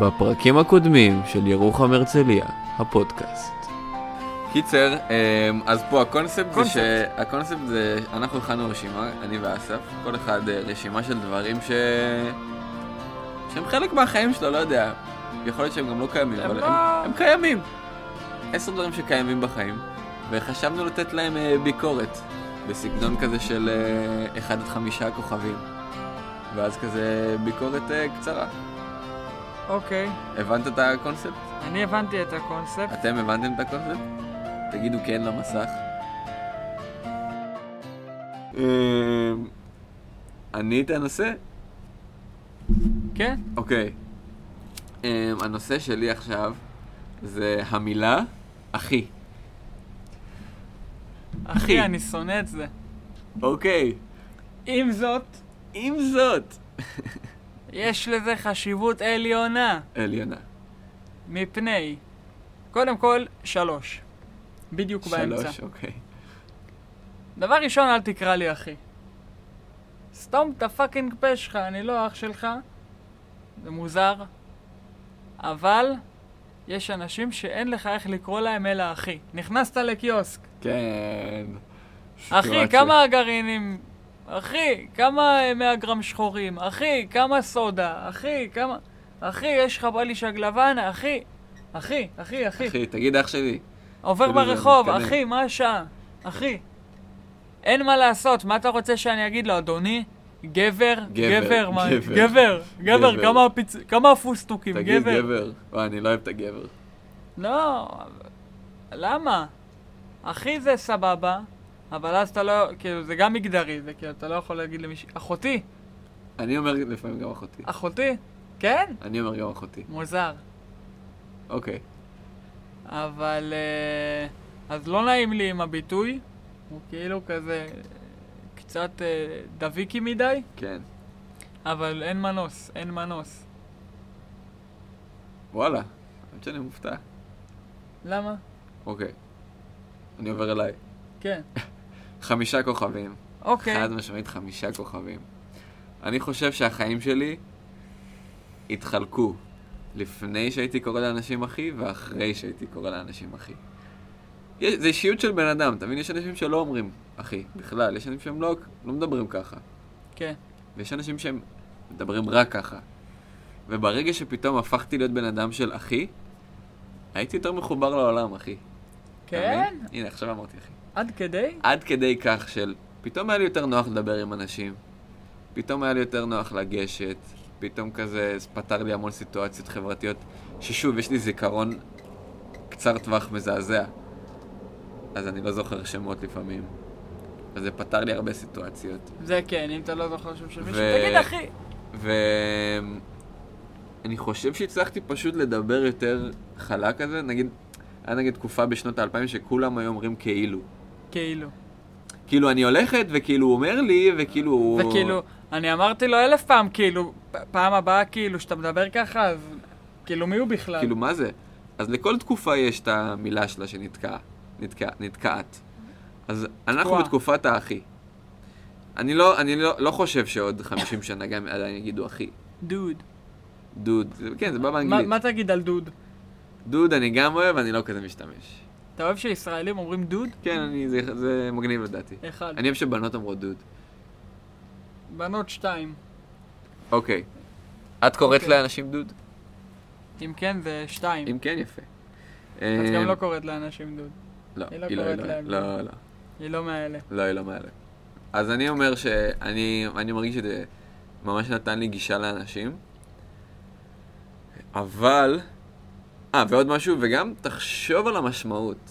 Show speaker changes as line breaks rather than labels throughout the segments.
בפרקים הקודמים של ירוחם הרצליה, הפודקאסט.
קיצר, אמ, אז פה הקונספט זה, ש...
קונספט.
הקונספט זה, אנחנו הכנו רשימה, אני ואסף, כל אחד אה, רשימה של דברים ש... שהם חלק מהחיים שלו, לא יודע. יכול להיות שהם גם לא קיימים,
הם
אבל
לא-
הם, הם קיימים. עשר דברים שקיימים בחיים, וחשבנו לתת להם אה, ביקורת, בסגנון כזה של אה, אחד עד חמישה כוכבים. ואז כזה ביקורת אה, קצרה.
אוקיי,
הבנת את הקונספט?
אני הבנתי את הקונספט.
אתם הבנתם את הקונספט? תגידו כן למסך. אמ, אני את הנושא?
כן?
אוקיי. אמ, הנושא שלי עכשיו זה המילה אחי. אחי.
אחי, אני שונא את זה.
אוקיי.
עם זאת,
עם זאת,
יש לזה חשיבות עליונה
עליונה.
מפני, קודם כל, שלוש. בדיוק באמצע.
שלוש, אוקיי.
דבר ראשון, אל תקרא לי אחי. סתום את הפאקינג פה שלך, אני לא אח שלך. זה מוזר. אבל, יש אנשים שאין לך איך לקרוא להם אלא אחי. נכנסת לקיוסק.
כן.
אחי,
סיטואציה.
כמה גרעינים? אחי, כמה אה, 100 גרם שחורים? אחי, כמה סודה? אחי, כמה... אחי, יש לך בלישג לבן? אחי, אחי, אחי, אחי.
אחי, תגיד אח שלי.
עובר
כאילו זה
ברחוב,
מתקדם.
אחי, מה השעה? אחי. אין מה לעשות, מה אתה רוצה שאני אגיד לו, אדוני? גבר,
גבר,
גבר, מה-
גבר.
גבר, גבר,
גבר.
כמה הפיצ... כמה הפוסטוקים,
תגיד
גבר.
גבר. וואי, אני לא אוהב את הגבר.
לא, למה? אחי זה סבבה, אבל אז אתה לא, כאילו, זה גם מגדרי, זה כאילו, אתה לא יכול להגיד למישהו, אחותי,
אני אומר לפעמים גם אחותי.
אחותי, כן?
אני אומר גם אחותי.
מוזר.
אוקיי.
אבל, אה, אז לא נעים לי עם הביטוי, הוא כאילו כזה אה, קצת אה, דביקי מדי,
כן.
אבל אין מנוס, אין מנוס.
וואלה. האמת שאני מופתע.
למה?
אוקיי. אני עובר אליי.
כן.
חמישה כוכבים.
אוקיי.
חד משמעית חמישה כוכבים. אני חושב שהחיים שלי התחלקו לפני שהייתי קורא לאנשים אחי ואחרי שהייתי קורא לאנשים אחי. יש, זה אישיות של בן אדם, אתה מבין? יש אנשים שלא אומרים אחי בכלל, יש אנשים שהם לא, לא מדברים ככה.
כן.
ויש אנשים שהם מדברים רק ככה. וברגע שפתאום הפכתי להיות בן אדם של אחי, הייתי יותר מחובר לעולם, אחי. אתה
כן?
מבין? הנה, עכשיו אמרתי אחי.
עד כדי?
עד כדי כך של פתאום היה לי יותר נוח לדבר עם אנשים, פתאום היה לי יותר נוח לגשת, פתאום כזה זה פתר לי המון סיטואציות חברתיות, ששוב, יש לי זיכרון קצר טווח מזעזע, אז אני לא זוכר שמות לפעמים, וזה פתר לי הרבה סיטואציות.
זה כן, אם אתה לא זוכר שם של מישהו,
ו-
תגיד אחי.
ואני חושב שהצלחתי פשוט לדבר יותר חלק על זה, נגיד, היה נגיד תקופה בשנות האלפיים שכולם היו אומרים כאילו.
כאילו.
כאילו אני הולכת, וכאילו הוא אומר לי, וכאילו הוא...
וכאילו, אני אמרתי לו אלף פעם, כאילו, פ- פעם הבאה, כאילו, שאתה מדבר ככה, אז כאילו, מי הוא בכלל?
כאילו, מה זה? אז לכל תקופה יש את המילה שלה שנתקעה. נתקע, נתקעת. אז אנחנו
תקועה.
בתקופת האחי. אני לא, אני לא, לא חושב שעוד 50 שנה גם עדיין יגידו אחי.
דוד.
דוד, זה- כן, זה בא
מה-
באנגלית.
מה תגיד על דוד?
דוד אני גם אוהב, אני לא כזה משתמש.
אתה אוהב שישראלים אומרים דוד?
כן, אני, זה, זה מגניב לדעתי.
אחד.
אני אוהב שבנות אומרות דוד.
בנות שתיים.
אוקיי. את קוראת
אוקיי.
לאנשים דוד?
אם כן, זה שתיים.
אם כן, יפה.
את גם
אמ,
לא קוראת לאנשים דוד.
לא,
היא לא
היא לא, היא
קוראת
לא,
להם.
לא, לא.
היא לא מאלה.
לא, היא לא מעלה. אז אני אומר שאני אני מרגיש שזה ממש נתן לי גישה לאנשים, אבל... אה, ועוד משהו, וגם תחשוב על המשמעות.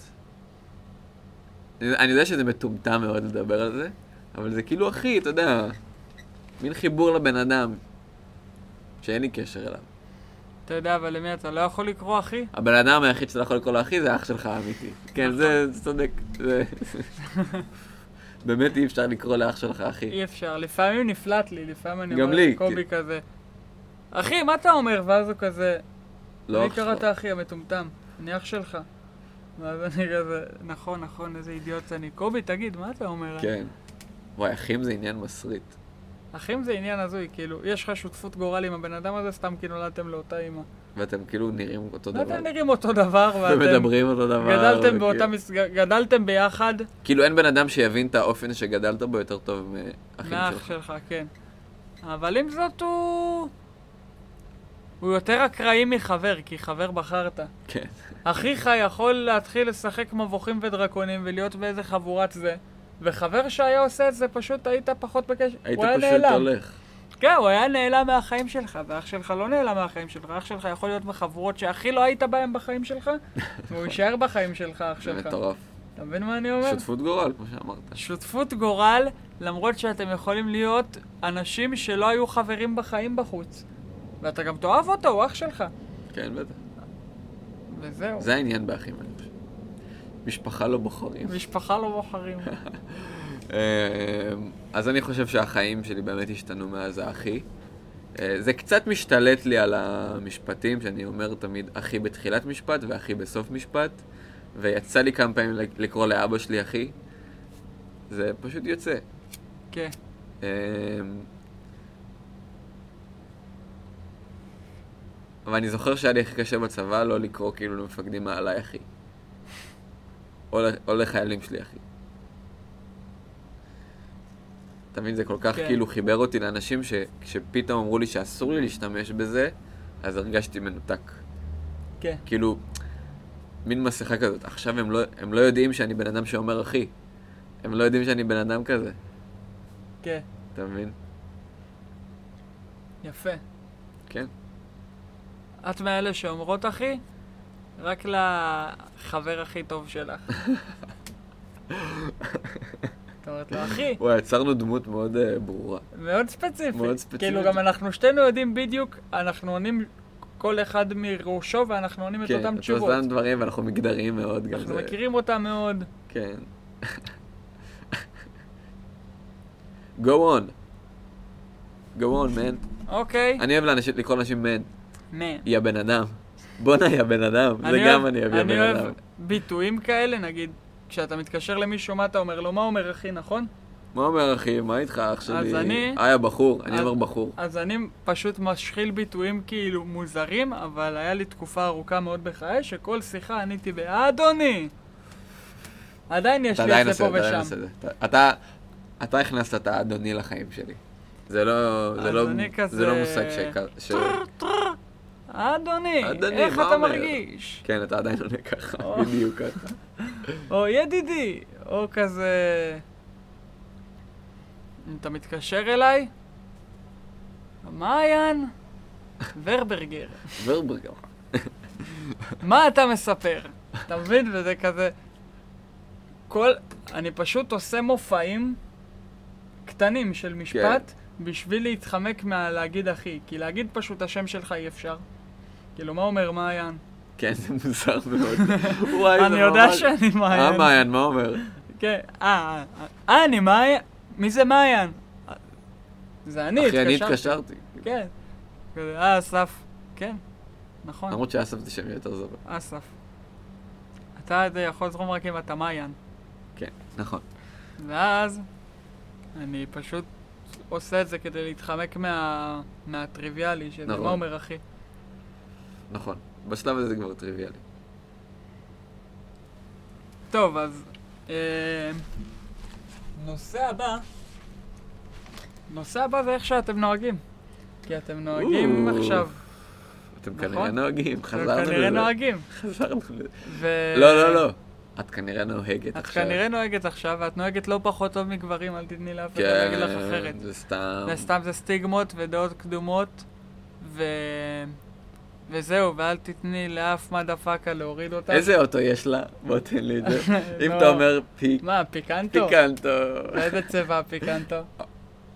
אני, אני יודע שזה מטומטם מאוד לדבר על זה, אבל זה כאילו, אחי, אתה יודע, מין חיבור לבן אדם, שאין לי קשר אליו.
אתה יודע, אבל למי אתה לא יכול לקרוא אחי?
הבן אדם היחיד שאתה לא יכול לקרוא לו אחי זה אח שלך האמיתי. כן, זה זה צודק. זה... באמת אי אפשר לקרוא לאח שלך אחי.
אי אפשר. לפעמים נפלט לי, לפעמים אני
גם
אומר
לי, כן.
לקובי כזה. אחי, מה אתה אומר? ואז הוא כזה,
לא
לי
אח
קראת
שלו.
אחי המטומטם, אני אח שלך. ואז אני כזה, נכון, נכון, איזה אידיוט אני. קובי, תגיד, מה אתה אומר?
כן. וואי, אחים זה עניין מסריט.
אחים זה עניין הזוי, כאילו, יש לך שותפות גורל עם הבן אדם הזה, סתם כי נולדתם לאותה אימא.
ואתם כאילו נראים אותו דבר.
ואתם נראים אותו דבר, ואתם
ומדברים כן. אותו דבר.
גדלתם
וכאילו-
באותה מס... גדלתם ביחד,
כאילו אין בן אדם שיבין את האופן שגדלת בו יותר טוב מאחים
מהאח
שלך.
שלך, כן. אבל עם זאת הוא... הוא יותר אקראי מחבר, כי חבר בחרת.
כן.
אחיך יכול להתחיל לשחק מבוכים ודרקונים ולהיות באיזה חבורת זה, וחבר שהיה עושה את זה פשוט היית פחות בקשר,
היית
הוא היה
פשוט
נעלם.
הולך.
כן, הוא היה נעלם מהחיים שלך, ואח שלך לא נעלם מהחיים שלך, אח שלך יכול להיות בחבורות שהכי לא היית בהן בחיים שלך, והוא יישאר בחיים שלך, אח
זה
שלך.
מטורף.
אתה מבין מה אני אומר?
שותפות גורל, כמו שאמרת.
שותפות גורל, למרות שאתם יכולים להיות אנשים שלא היו חברים בחיים בחוץ. ואתה גם תאהב אותו, הוא אח שלך.
כן, בטח.
וזהו.
זה העניין באחים, אני חושב. משפחה לא בוחרים.
משפחה לא בוחרים.
אה, אז אני חושב שהחיים שלי באמת השתנו מאז האחי. אה, זה קצת משתלט לי על המשפטים, שאני אומר תמיד אחי בתחילת משפט ואחי בסוף משפט, ויצא לי כמה פעמים לק- לקרוא לאבא שלי אחי. זה פשוט יוצא.
כן.
אה, אבל אני זוכר שהיה לי הכי קשה בצבא לא לקרוא כאילו למפקדים מעליי אחי. או, ל- או לחיילים שלי אחי. אתה מבין, זה כל כך
כן.
כאילו חיבר אותי לאנשים שכשפתאום אמרו לי שאסור לי להשתמש בזה, אז הרגשתי מנותק.
כן.
כאילו, מין מסכה כזאת. עכשיו הם לא, הם לא יודעים שאני בן אדם שאומר אחי. הם לא יודעים שאני בן אדם כזה,
כן.
אתה מבין?
יפה.
כן.
את מאלה שאומרות אחי, רק לחבר הכי טוב שלך. את אומרת לו, אחי,
וואי, יצרנו דמות מאוד אה, ברורה.
מאוד ספציפי.
מאוד ספציפית.
כאילו, גם אנחנו שתינו יודעים בדיוק, אנחנו עונים כל אחד מראשו, ואנחנו עונים את אותם
כן, את
תשובות.
אותם דברים, ואנחנו מגדרים מאוד גם.
אנחנו
זה-
מכירים אותם מאוד.
כן. Go on. Go on, man.
אוקיי?
אני אוהב לאנשים, לקרוא לאנשים man.
מן.
יא בן אדם. בואנה, יא בן אדם. זה
אוהב-
גם אני אוהב, יא
אני
בן
אוהב
אדם.
ביטויים כאלה, נגיד, כשאתה מתקשר למישהו, מה אתה אומר לו? מה אומר אחי, נכון?
מה אומר אחי? מה איתך, אח שלי?
אני-
אה, יא בחור. אני
אז-
אומר בחור.
אז אני פשוט משחיל ביטויים כאילו מוזרים, אבל היה לי תקופה ארוכה מאוד בחיי, שכל שיחה עניתי באדוני. עדיין יש
אתה
לי
עדיין
את זה
עושה
פה
את זה, עדיין עושה
ושם.
את זה. אתה- אתה- אתה הכנסת את האדוני לחיים שלי. זה לא... זה
אז
לא-
אני
זה לא
כזה-
מושג שהכר- ש...
אדוני,
אדוני,
איך
מה
אתה
אומר?
מרגיש?
כן, אתה עדיין עונה ככה,
או.
בדיוק ככה.
או ידידי, או כזה... אם אתה מתקשר אליי? מעיין ורברגר,
ורברגר.
מה אתה מספר? אתה מבין? וזה כזה... כל... אני פשוט עושה מופעים קטנים של משפט
כן.
בשביל להתחמק מהלהגיד אחי. כי להגיד פשוט השם שלך אי אפשר. כאילו, מה אומר מעיין?
כן, זה מוזר מאוד. וואי, זה ממש...
אני יודע שאני
אה,
מעיין.
מעיין, מה אומר?
כן, אה, אה, אה, אני מעיין, מי זה מעיין? אה, זה אני,
אחי, אני
התקשרתי.
התקשרתי.
כן. כזה, אה, אסף. כן, נכון,
למרות שאסף זה שם יותר זמן.
אסף. אתה אתה יכול לזרום רק אם אתה מעיין.
כן, נכון.
ואז אני פשוט עושה את זה כדי להתחמק מה... מהטריוויאלי, שזה
נכון.
מה אומר אחי.
נכון. בשלב הזה זה כבר טריוויאלי.
טוב, אז... אה, נושא הבא... נושא הבא זה איך שאתם נוהגים. כי אתם נוהגים
או.
עכשיו.
אתם
נכון.
כנראה נוהגים, חזרנו לזה.
אתם כנראה נוהגים.
חזרנו לזה.
ו-
לא, לא, לא. את כנראה נוהגת
את
עכשיו.
כנראה נוהגת עכשיו, ואת נוהגת לא פחות טוב מגברים, אל תתני לאף אחד
כן,
להגיד לך אחרת.
זה סתם.
זה סתם זה סטיגמות ודעות קדומות, ו... וזהו, ואל תתני לאף מדפקה להוריד אותה.
איזה אוטו יש לה? בוא תן לי את זה. אם אתה אומר פיק,
לא. מה, אה, פיקנטו?
פיקנטו.
באיזה צבע פיקנטו?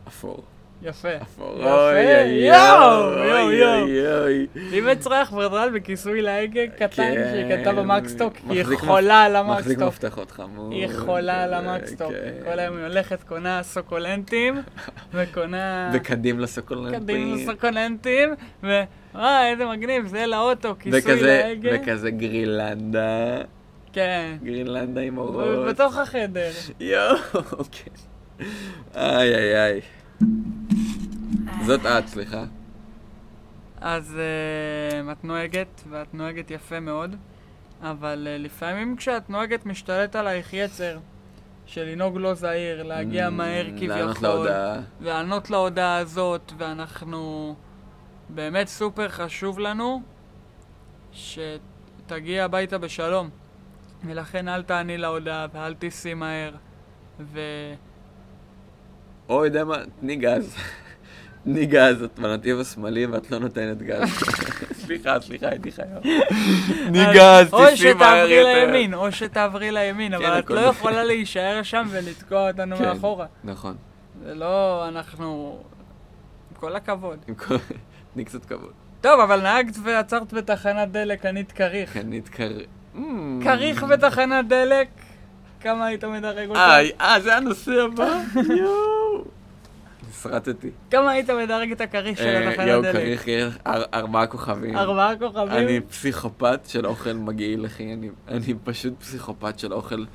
אפור.
יפה.
אפור.
יפה.
אוי,
יואו, יואו,
אוי,
יואו.
אוי, אוי.
היא מצרח ורדרן בכיסוי להגה קטן
כן.
שהיא קנתה במקסטוק, כי היא
מחזיק מפ-
חולה על
מחזיק
המקסטוק.
מפתחות חמור.
היא חולה על
אה,
המקסטוק.
כן.
כל היום היא הולכת, קונה סוקולנטים, וקונה...
וקדים לסוקולנטים.
קדימה סוקולנטים, ו... וואי, איזה מגניב, זה לאוטו, כיסוי
וכזה-
להגה.
וכזה גרילנדה.
כן.
גרילנדה עם
הוא
אורות.
בתוך החדר.
יואו, כן. איי, איי, איי. זאת את, סליחה.
אז uh, את נוהגת, ואת נוהגת יפה מאוד, אבל uh, לפעמים כשאת נוהגת משתלט עלייך יצר של לנהוג לא זהיר, להגיע מהר
Mm,
כביכול.
לענות להודעה.
לענות להודעה הזאת, ואנחנו... באמת סופר חשוב לנו שתגיע הביתה בשלום. ולכן אל תעני להודעה ואל תיסעי מהר. ואני
או, יודע מה, תני גז. תני גז, את בנתיב השמאלי ואת לא נותנת גז. סליחה, סליחה, הייתי חייב. אה,
ניגז,
או
תשבי מהר
שתעברי
יותר.
לימין, או שתעברי לימין,
כן,
אבל את
הכל
לא
בסדר.
יכולה להישאר שם ולתקוע אותנו
כן.
מאחורה.
נכון.
זה לא, אנחנו... עם כל הכבוד.
עם כל- תני קצת כבוד.
טוב, אבל נהגת ועצרת בתחנת דלק, ענית כריך.
קנית כריך.
כריך בתחנת דלק, כמה היית מדרג אותו?
איי, אה, זה הנושא הבא? יואו. נסרטתי.
כמה היית מדרג את הכריך של
אה,
התחנת
יואו,
דלק?
כריך, כריך, אר- ארבעה כוכבים.
ארבעה כוכבים?
אני פסיכופת של אוכל מגעיל, אחי. אני- אני פשוט פסיכופת של אוכל.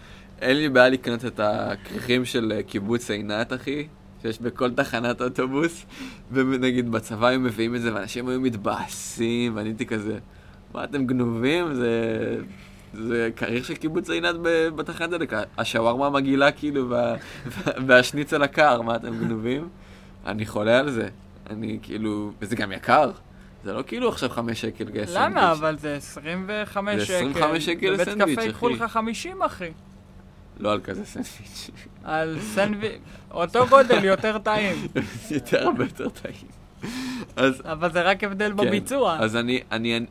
אין לי בעיה לקנות את הכריכים של אה, קיבוץ עינת, אחי, שיש בכל תחנת אוטובוס. ונגיד, בצבא היו מביאים את זה, ואנשים היו מתבאסים, ואני הייתי כזה, מה, אתם גנובים? זה... זה כריך של קיבוץ עינת ב- בתחנת דלק. השווארמה מגעילה, כאילו, וה- והשניצל הקר, מה, אתם גנובים? אני חולה על זה. אני כאילו, וזה גם יקר. זה לא כאילו עכשיו חמש שקל גסם.
למה? אבל זה 25
זה
שקל.
25 שקל לסנדוויץ',
בבית קפה ייקחו
אחי.
לך 50, אחי.
לא על כזה סנדוויץ'.
על סנדוויץ', אותו גודל, יותר טעים.
זה יותר הרבה יותר טעים. אז...
אבל זה רק הבדל בביצוע.
כן, אז אני... אני...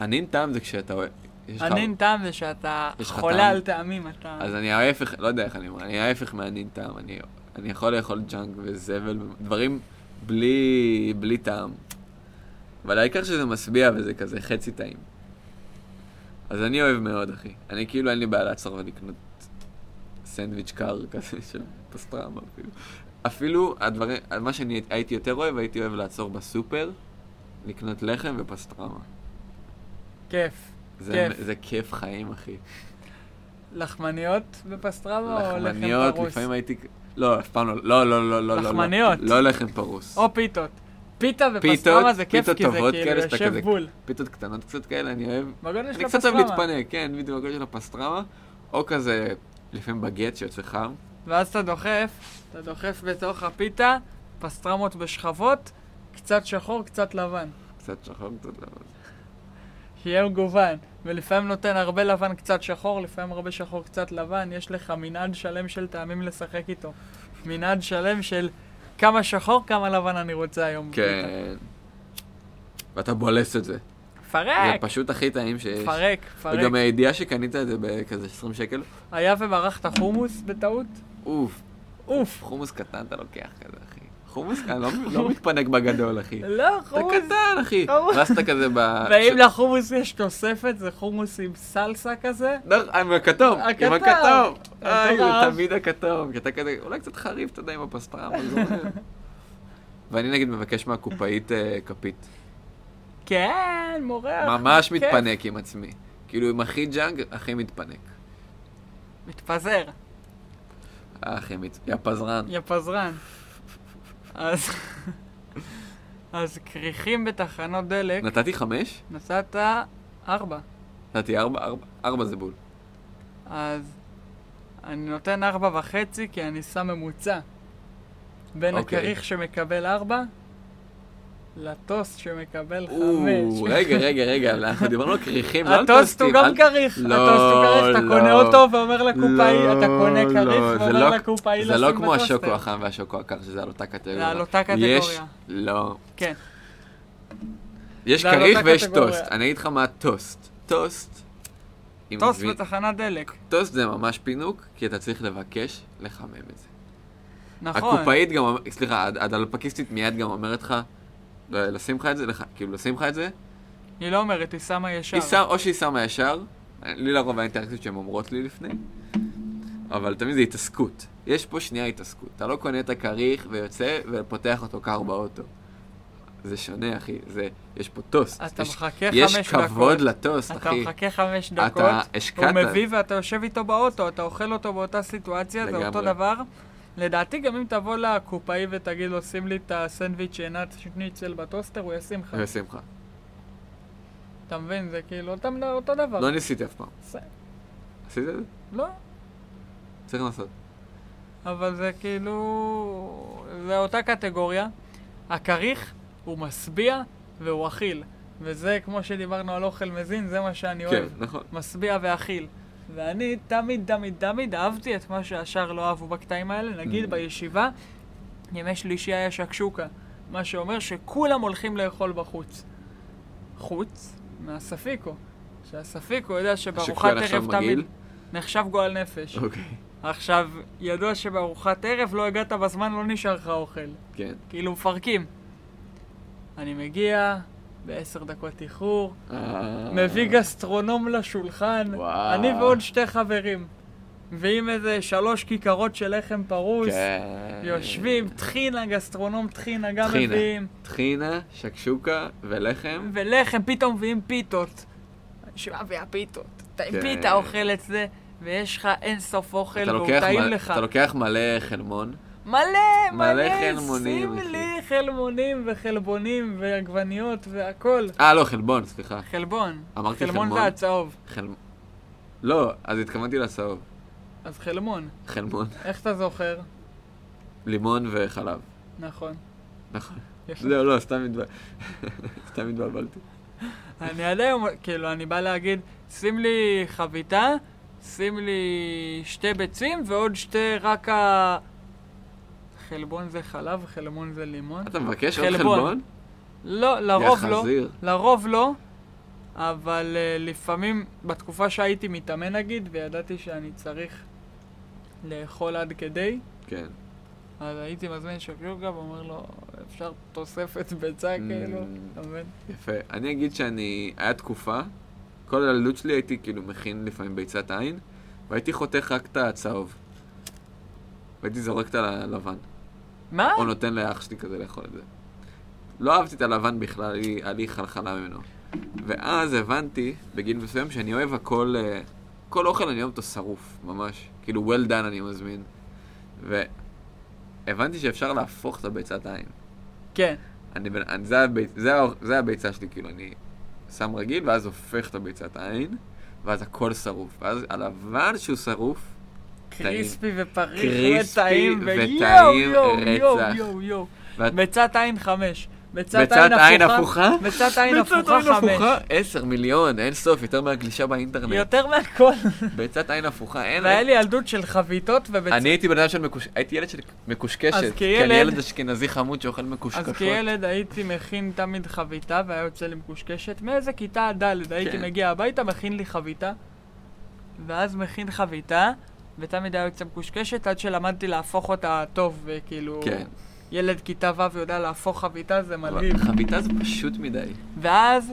ענין טעם זה כשאתה אוהב... יש לך-
ענין טעם זה שאתה
יש לך
חולה
טעם?
על טעמים, אתה...
אז אני ההפך, לא יודע איך אני אומר, אני ההפך מענין טעם. אני, אני יכול לאכול ג'אנק וזבל, דברים בלי, בלי טעם. אבל העיקר שזה משביע וזה כזה חצי טעים. אז אני אוהב מאוד, אחי. אני כאילו אין לי בעיה לעצור ולקנות סנדוויץ' קר כזה של פסטרמה אפילו. אפילו הדברים, מה שאני הייתי יותר אוהב, הייתי אוהב לעצור בסופר, לקנות לחם ופסטרמה.
כיף.
זה,
כיף.
זה כיף חיים, אחי.
לחמניות בפסטרמה או לא, לחם
לחמניות,
פרוס?
לפעמים הייתי... לא, אף פעם לא, לא, לא, לא, לא, לא.
לחמניות.
לא לחם פרוס.
או פיתות. פיתה ופסטרמה
פיתות,
זה כיף,
פיתות
כי זה
טובות
כאילו
כאלה שאתה
יושב
כזה...
בול.
פיתות קטנות קצת כאלה, אני אוהב...
בגודל של
אני קצת אוהב
הפסטרמה.
להתפנק, כן, בדיוק, הכל של הפסטרמה. או כזה, לפעמים בגט שיוצא חם.
ואז אתה דוחף, אתה דוחף בתוך הפיתה, פסטרמות בשכבות, קצת שחור, קצת לבן.
קצת שחור, קצת לא. לבן.
שיהיה מגוון. ולפעמים נותן הרבה לבן, קצת שחור, לפעמים הרבה שחור, קצת לבן. יש לך מנעד שלם של טעמים לשחק איתו. מנעד שלם של כמה שחור, כמה לבן אני רוצה היום. בפיתה.
כן. ואתה בולס את זה. זה
פרק!
פשוט הכי טעים שיש.
פרק, פרק.
וגם הידיעה שקנית את זה בכזה 20 שקל,
היה ומרחת חומוס בטעות?
אוף,
אוף.
חומוס קטן אתה לוקח כזה, אחי. חומוס קטן, לא- לא מתפנק בגדול, אחי.
לא,
אתה
חומוס.
קטן, אחי.
חמוס.
ואז אתה כזה ב...
ואם לחומוס יש תוספת, זה חומוס עם סלסה כזה?
לא, עם הכתום, עם
הכתום.
הכתום.
הכתום
איי, זה
אהב.
תמיד הכתום. כי אתה כזה, אולי קצת חריף, אתה יודע, עם הפסטרמה. זה אומר. ואני נגיד מבקש מהקופאית אה, כפית.
כן, מורח.
ממש
כיף.
מתפנק עם עצמי. כאילו, עם הכי ג'אנג, הכי מתפנק.
מתפזר,
אה, הכי מת... יא פזרן.
יא פזרן. אז... אז כריכים בתחנות דלק,
נתתי חמש?
נסעת ארבע.
נתתי ארבע? ארבע- ארבע זה בול.
אז אני נותן ארבע וחצי כי אני שם ממוצע. בין
אוקיי.
הכריך שמקבל ארבע, לטוס שמקבל
או,
חמש.
רגע, רגע, רגע, אנחנו דיברנו על כריכים, לא על טוסטים.
הטוסט הוא גם
אל-
כריך,
לא,
הטוסט הוא כריך, אתה
לא.
קונה אותו ואומר לקופאי,
לא,
אתה קונה
לא,
כריך
זה
ואומר
לא-
לקופאי לשים
זה
בטוסטר.
לא כמו השוקו החם והשוקו הקר, שזה על אותה קטגוריה.
זה על אותה
יש-
קטגוריה.
לא.
כן.
יש
זה על
כריך
אותה
ויש
קטגוריה.
טוסט. אני אגיד לך מה טוסט. טוסט. עם
טוסט
גביע-
בתחנת דלק,
טוסט זה ממש פינוק, כי אתה צריך לבקש לחמם את זה.
נכון.
הקופאית גם, אומ- סליחה, הד- הדלפקיסטית מיד גם אומרת לך, לא, לשים לך את זה, לח- כאילו לשים לך את זה,
היא לא אומרת, היא שמה ישר.
היא שמה, או שהיא שמה ישר, לי לרוב האינטראקציות שהן אומרות לי לפני, אבל תמיד זה התעסקות. יש פה שנייה התעסקות. אתה לא קונה את הכריך ויוצא ופותח אותו קר באוטו. זה שונה, אחי. זה, יש פה טוסט.
אתה
יש,
מחכה
יש
חמש
כבוד
דקות.
לטוסט,
אתה
אחי.
מחכה חמש
אתה
דקות,
השקעת.
הוא מביא ואתה יושב איתו באוטו, אתה אוכל אותו באותה סיטואציה, זה
לגמרי.
אותו דבר, לדעתי גם אם תבוא לקופאי ותגיד לו שים לי את הסנדוויץ' שעינת שניצל בטוסטר, הוא ישים לך.
בשמחה.
אתה מבין? זה כאילו אותו, אותו דבר.
לא ניסיתי אף פעם.
ס-
עשית את זה?
לא,
צריך לנסות.
אבל זה כאילו... זה אותה קטגוריה. הכריך הוא משביע והוא אכיל. וזה, כמו שדיברנו על אוכל מזין, זה מה שאני
כן,
אוהב.
נכון.
משביע ואכיל. ואני תמיד, תמיד, תמיד אהבתי את מה שהשאר לא אהבו בקטעים האלה.
Mm.
נגיד בישיבה, ימי שלישי היה שקשוקה. מה שאומר שכולם הולכים לאכול בחוץ. חוץ מהספיקו. שהספיקו יודע
השקשוקה
שבארוחת
נחשב
ערב תמיד
מגעיל?
נחשב גועל נפש.
אוקיי.
עכשיו, ידוע שבארוחת ערב לא הגעת בזמן, לא נשאר לך אוכל.
כן.
כאילו מפרקים. אני מגיע, בעשר דקות איחור,
אה,
מביא גסטרונום לשולחן,
וואו.
אני ועוד שתי חברים. ועם איזה שלוש כיכרות של לחם פרוס,
כן.
יושבים, טחינה, גסטרונום טחינה גם
טחינה.
מביאים,
טחינה, שקשוקה ולחם.
ולחם, פתאום מביאים פיתות. שמע, והפיתות. אתה עם
כן.
פיתה אוכל את זה, ויש לך אין סוף אוכל,
אתה
והוא
לוקח
טעים
מלא-
לך.
אתה לוקח מלא חלמון.
מלא,
מלא
מלא,
חלמונים,
שים
אחי.
לי חלמונים וחלבונים ועגבניות והכל.
אה, לא, חלבון, סליחה.
חלבון.
אמרתי
חלמון
חלמון?
זה הצהוב,
חל... לא, אז התכוונתי לצהוב.
אז חלמון.
חלמון,
איך אתה זוכר?
לימון וחלב.
נכון.
נכון.
יש לך-
לא, לא, סתם התבלבלתי. סתם התבלבלתי.
אני עד היום, כאילו, אני בא להגיד, שים לי חביתה, שים לי שתי ביצים ועוד שתי רק ה... חלבון זה חלב, חלמון זה לימון.
אתה מבקש עוד
חלבון.
חלבון?
לא, לרוב
יא
לא.
חזיר.
לרוב לא, אבל uh, לפעמים, בתקופה שהייתי מתאמן נגיד, וידעתי שאני צריך לאכול עד כדי,
כן.
אז הייתי מזמין שקשוקה ואומר לו, אפשר תוספת ביצה כאילו, אתה מבין?
יפה. אני אגיד שאני... היה תקופה, כל הילדות שלי הייתי כאילו מכין לפעמים ביצת עין, והייתי חותך רק את הצהוב. והייתי זורק את הלבן.
מה?
או נותן לאח שלי כזה לאכול את זה. לא אהבתי את הלבן בכלל, היה לי- היה לי חלחלה ממנו. ואז הבנתי, בגיל מסוים, שאני אוהב הכל, אה, כל אוכל אני אוהב אותו שרוף, ממש. כאילו, well done אני מזמין. והבנתי שאפשר להפוך את הביצת עין.
כן.
אני, בן- אני, זה, הביצ, זה, ה- זה הביצה שלי, כאילו, אני שם רגיל, ואז הופך את הביצת העין, ואז הכל שרוף. ואז הלבן שהוא שרוף,
קריספי ופריך
קריספי
וטעים,
וטעים
ויואו יואו יואו
רצח.
יואו יואו.
ואת-
ביצת עין חמש. ביצת
ביצת עין הפוכה?
ביצת עין הפוכה חמש.
עשר מיליון, אין סוף, יותר מהגלישה באינטרנט.
יותר מהכל.
ביצת עין הפוכה, אין...
והיה לי ילדות של חביתות וביצת
אני הייתי בן אדם של מקוש... הייתי ילד של מקושקשת.
אז
כי אני
כילד-
ילד אשכנזי חמוד שאוכל מקושקשות.
אז כילד הייתי מכין תמיד חביתה והיה יוצא לי מקושקשת. מאיזה כיתה עד ד' הייתי
כן.
מגיע הביתה, מכין לי חביתה. ואז מכין חביתה, ותמיד היה יוצא מקושקשת עד שלמדתי להפוך אותה טוב, וכאילו...
כן.
ילד כיתה ו' יודע להפוך חביתה זה
אבל
מדהים.
חביתה זה פשוט מדי.
ואז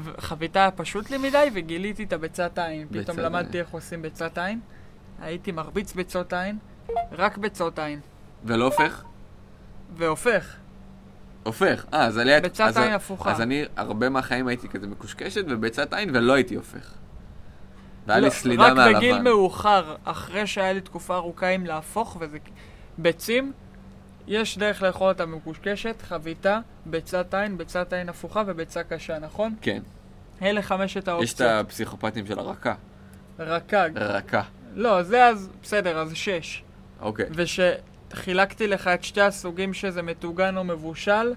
ו- חביתה היה פשוט לי מדי, וגיליתי את הביצת עין.
ביצת
פתאום
עין.
למדתי איך עושים ביצת עין. הייתי מרביץ ביצות עין, רק ביצות עין.
ולא הופך?
והופך.
הופך. אה, אז עליה...
ביצת
אז-
עין הפוכה.
אז אני הרבה מהחיים הייתי כזה מקושקשת וביצת עין ולא הייתי הופך. והיה
לא,
לי סלידה מהלבן.
רק בגיל מאוחר, אחרי שהיה לי תקופה ארוכה עם להפוך, וזה... ביצים, יש דרך לאכול אותה מקושקשת, חביתה, ביצת עין, ביצת עין הפוכה וביצה קשה, נכון?
כן.
אלה חמשת
יש את
האופציות.
הפסיכופטים של הרקה.
רקג.
רקה.
לא, זה אז, בסדר, אז שש.
אוקיי.
ושחילקתי לך את שתי הסוגים שזה מטוגן או מבושל,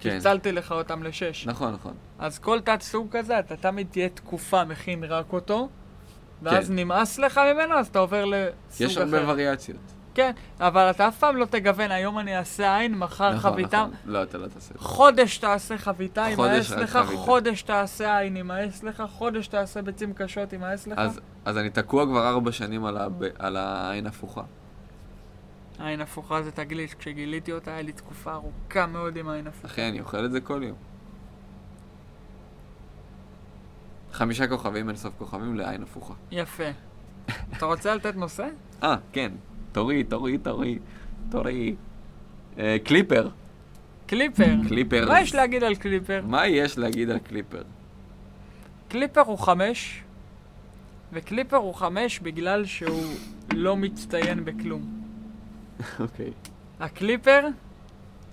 כן.
פיצלתי לך אותם לשש.
נכון, נכון.
אז כל תת-סוג כזה, אתה תמיד תהיה תקופה מכין רק אותו, ואז
כן.
נמאס לך ממנו, אז אתה עובר לסוג
יש
אחר.
הרבה וריאציות.
כן, אבל אתה אף פעם לא תגוון, היום אני אעשה עין, מחר
נכון,
חביתה.
נכון. לא, אתה לא תעשה את זה.
חודש תעשה חביתה,
חודש
יימאס
רק
לך,
חביתה.
חודש תעשה עין, יימאס לך, חודש תעשה ביצים קשות, יימאס לך.
אז- אז אני תקוע כבר ארבע שנים על הב- על העין הפוכה.
עין הפוכה זה תגלית, כשגיליתי אותה, היה לי תקופה ארוכה מאוד עם העין הפוכה.
אחי, אני אוכל את זה כל יום. חמישה כוכבים, אין סוף כוכבים, לעין הפוכה.
יפה. אתה רוצה לתת נושא?
אה, כן. תורי, תורי, תורי, תורי. אה, קליפר.
קליפר.
קליפר.
מה יש להגיד על קליפר?
מה יש להגיד על קליפר?
קליפר הוא חמש, וקליפר הוא חמש בגלל שהוא לא מצטיין בכלום.
אוקיי.
הקליפר,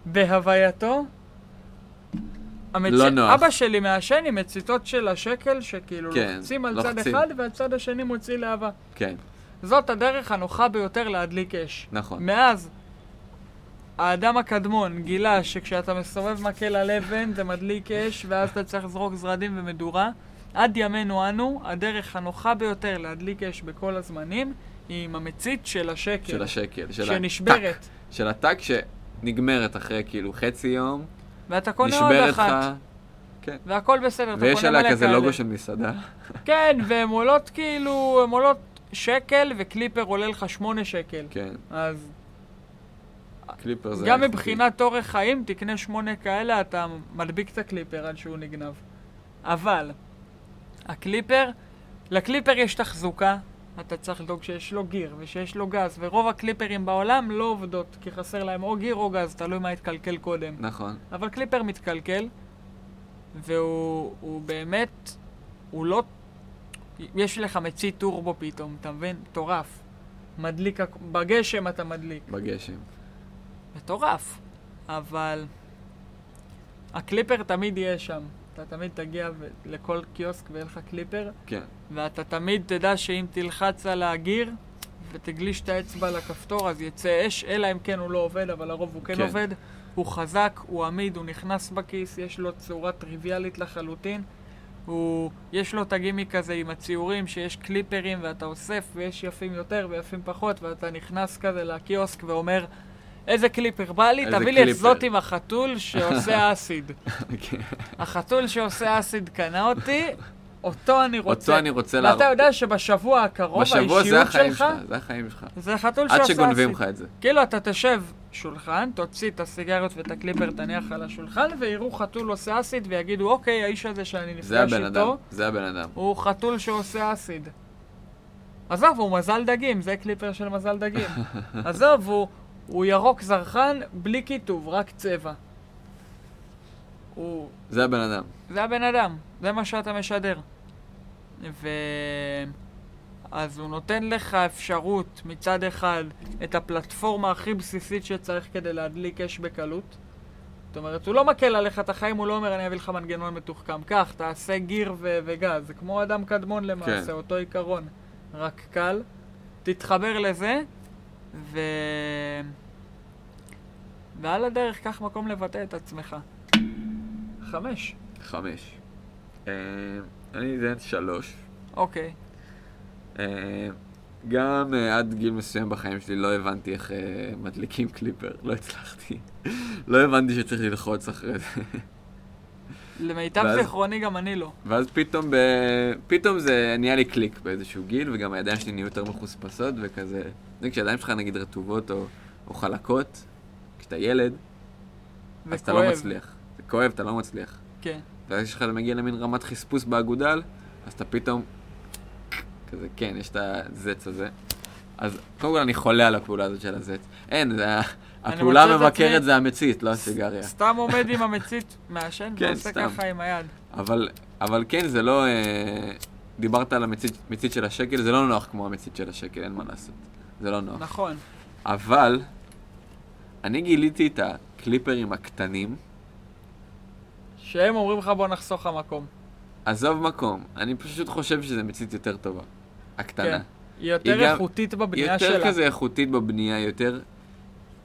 בהווייתו, המצ...
לא נוח.
אבא שלי מעשן עם מציתות של השקל, שכאילו
כן,
לוחצים על צד
לוחצים.
אחד והצד השני מוציא להבה.
כן,
זאת הדרך הנוחה ביותר להדליק אש.
נכון.
מאז האדם הקדמון גילה שכשאתה מסובב מקל על אבן זה מדליק אש ואז אתה צריך לזרוק זרדים ומדורה. עד ימינו אנו, הדרך הנוחה ביותר להדליק אש בכל הזמנים היא עם המצית של השקל.
של השקל, של הטאק.
שנשברת.
של הטאק שנגמרת אחרי כאילו חצי יום,
ואתה קונה עוד
נשברת
אחת.
לך,
והכל בסדר, אתה
ויש
קונה
עליה
מלא
כזה
כאלה.
לוגו של מסעדה.
כן, והן עולות כאילו, הן עולות שקל וקליפר עולה לך שמונה שקל.
כן,
אז
קליפר זה...
גם
איכותי.
מבחינת אורך חיים, תקנה שמונה כאלה, אתה מדביק את הקליפר עד שהוא נגנב. אבל, הקליפר, לקליפר יש תחזוקה, אתה צריך לדאוג שיש לו גיר ושיש לו גז, ורוב הקליפרים בעולם לא עובדות, כי חסר להם או גיר או גז, תלוי מה התקלקל קודם.
נכון,
אבל קליפר מתקלקל, והוא הוא באמת, הוא לא... יש לך מצית טורבו פתאום, אתה מבין? מטורף. מדליק, הכ- בגשם אתה מדליק.
בגשם.
מטורף. אבל הקליפר תמיד יהיה שם. אתה תמיד תגיע ו- לכל קיוסק ויהיה לך קליפר,
כן,
ואתה תמיד תדע שאם תלחץ על הגיר ותגליש את האצבע לכפתור אז יצא אש, אלא אם כן הוא לא עובד, אבל לרוב הוא כן,
כן.
כן עובד. הוא חזק, הוא עמיד, הוא נכנס בכיס, יש לו צורה טריוויאלית לחלוטין. הוא, יש לו את הגימיק הזה עם הציורים, שיש קליפרים ואתה אוסף ויש יפים יותר ויפים פחות ואתה נכנס כזה לקיוסק ואומר איזה קליפר בא לי,
איזה
תביא לי את
קליפר."
זאת עם החתול שעושה אסיד.
כן.
החתול שעושה אסיד קנה אותי, אותו אני רוצה.
אותו אני רוצה
ואתה
להראות.
יודע שבשבוע הקרוב
בשבוע זה
האישיות
החיים
שלך,
שלך, זה החיים שלך.
זה החתול
עד
שעושה
שגונבים
אסיד.
לך את זה.
כאילו אתה תשב שולחן, תוציא את הסיגריות ואת הקליפר, תניח על השולחן, ויראו חתול עושה אסיד ויגידו, אוקיי, האיש הזה שאני
זה
נפגש
הבן אדם,
איתו,
זה הבן אדם.
הוא חתול שעושה אסיד. עזוב, הוא מזל דגים, זה קליפר של מזל דגים. עזוב, הוא, הוא ירוק זרחן בלי כיתוב, רק צבע. הוא...
זה הבן אדם.
זה הבן אדם, זה מה שאתה משדר. ו... אז הוא נותן לך אפשרות מצד אחד את הפלטפורמה הכי בסיסית שצריך כדי להדליק אש בקלות. זאת אומרת, הוא לא מקל עליך את החיים, הוא לא אומר, אני אביא לך מנגנון מתוחכם. קח, תעשה גיר ו- וגז. זה כמו אדם קדמון למעשה,
כן.
אותו עיקרון. רק קל. תתחבר לזה, ו... ועל הדרך, קח מקום לבטא את עצמך. חמש.
חמש. אה, אני אתן שלוש.
אוקיי.
אה, גם אה, עד גיל מסוים בחיים שלי לא הבנתי איך אה, מדליקים קליפר, לא הצלחתי. לא הבנתי שצריך ללחוץ אחרי זה.
למיטב
ואז-
זיכרוני גם אני לא.
ואז פתאום, ב... פתאום זה נהיה לי קליק באיזשהו גיל, וגם הידיים שלי נהיו יותר מחוספסות וכזה. זה כשהידיים שלך נגיד רטובות או, או חלקות, כשאתה ילד,
זה
אז אתה
כואב.
לא מצליח. זה כואב, אתה לא מצליח.
כן.
ואז כשאתה מגיע למין רמת חספוס באגודל, אז אתה פתאום... כזה, כן, יש את הזץ הזה. אז קודם כל אני חולה על הפעולה הזאת של הזץ. אין, זה ה-
אני
הפעולה
מוצא את
המבקרת
עצמי-
זה המצית, לא הסיגריה.
סתם עומד עם המצית מעשן
כן,
ועושה
סתם.
ככה עם היד.
אבל, אבל כן, זה לא... אה, דיברת על המצית מצית של השקל, זה לא נוח כמו המצית של השקל, אין מה לעשות. זה לא נוח.
נכון.
אבל, אני גיליתי את הקליפרים הקטנים.
שהם אומרים לך בוא נחסוך לך מקום.
עזוב מקום, אני פשוט חושב שזה מצית יותר טובה. הקטנה.
כן. היא יותר
היא גם-
איכותית
היא
בבנייה
יותר
שלה.
כזה איכותית בבנייה, יותר...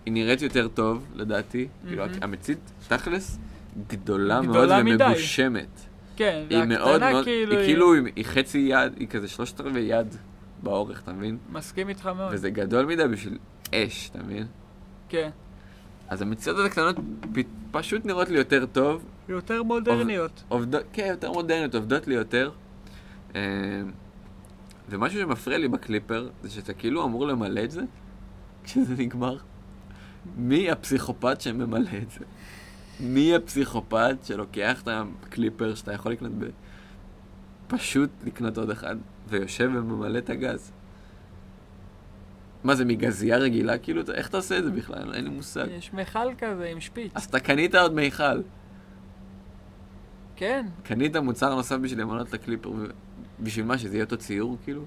היא נראית יותר טוב, לדעתי. כאילו,
מהמם.
המצית, תכלס, גדולה מאוד
גדולה מדי.
ומגושמת.
כן,
היא מאוד
והקטנה
מאוד,
כאילו...
היא כאילו, היא- היא חצי יד, היא כזה שלושת רבעי יד באורך, אתה מבין?
מסכים איתך מאוד.
וזה גדול מדי בשביל אש, אתה מבין?
כן.
אז המציאות הזאת הקטנות פ- פשוט נראות לי יותר טוב,
יותר מודרניות.
עובדות, כן, יותר מודרניות, עובדות לי יותר. אה, ומשהו שמפריע לי בקליפר, זה שאתה כאילו אמור למלא את זה, כשזה נגמר. מי הפסיכופת שממלא את זה? מי הפסיכופת שלוקח את הקליפר שאתה יכול לקנות ב... פשוט לקנות עוד אחד, ויושב וממלא את הגז? מה זה, מגזייה רגילה? כאילו, אתה- איך אתה עושה את זה בכלל? אין לי מושג.
יש מכל כזה עם שפיץ.
אז אתה קנית עוד מיכל.
כן.
קנית מוצר נוסף בשביל למנות את הקליפר, ו- בשביל מה, שזה יהיה אותו ציור, כאילו?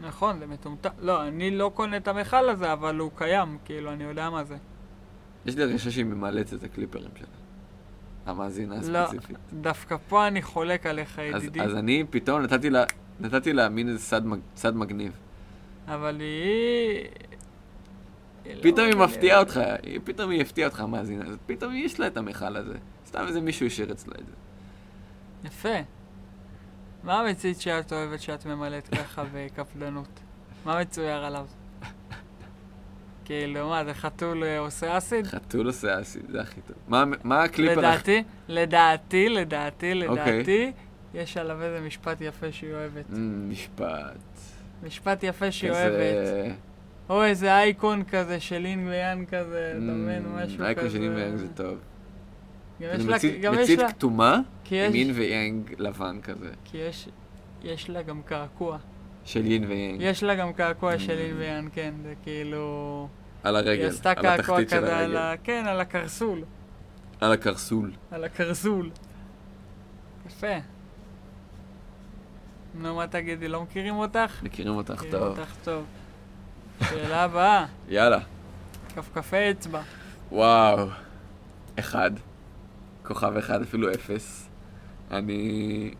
נכון, זה מטומטם. לא, אני לא קונה את המכל הזה, אבל הוא קיים, כאילו, אני יודע מה זה.
יש לי הרגשה שהיא ממלאת את הקליפרים שלה. המאזינה
לא,
הספציפית.
דווקא פה אני חולק עליך,
אז,
ידידי.
אז אני פתאום נתתי לה, נתתי לה מין איזה סד, מג- סד מגניב.
אבל היא... היא לא
פתאום היא
מגניבה.
מפתיעה אותך, היא- פתאום היא הפתיעה אותך המאזינה הזאת, פתאום יש לה את המכל הזה. סתם איזה מישהו השאיר אצלה את זה.
יפה. מה המצית שאת אוהבת שאת ממלאת ככה בקפדנות? מה מצויר עליו? כאילו, מה, זה חתול אה, עושה אסיד?
חתול עושה אסי, זה הכי טוב. מה, מה הקליפר הכי...
לדעתי, לדעתי, לדעתי,
אוקיי.
לדעתי, יש עליו איזה משפט יפה שהיא אוהבת.
אמ, משפט.
משפט יפה שהיא אוהבת.
כזה...
או איזה אייקון כזה של אינג ויאן כזה, דומן, משהו כזה.
אייקון של אין ויאנג זה טוב.
גם יש
זה
לה-
מצית-
גם יש
מצית
לה...
כתומה
כי
עם אין
יש-
ויאנג לבן כזה.
כי יש... יש לה גם קעקוע.
של אין ויאנג.
יש לה גם קעקוע של
Mm.
אין ויאן, כן, זה כאילו...
על הרגל.
היא עשתה
על
קעקוע
התחתית של
כזה על
הרגל.
ה... כן, על הקרסול.
על הקרסול.
על הקרסול. יפה. נו, מה תגידי, לא מכירים אותך?
מכירים אותך
מכירים
טוב.
אותך טוב. שאלה הבאה,
יאללה.
כפכפי אצבע.
וואו. אחד. כוכב אחד, אפילו אפס. אני...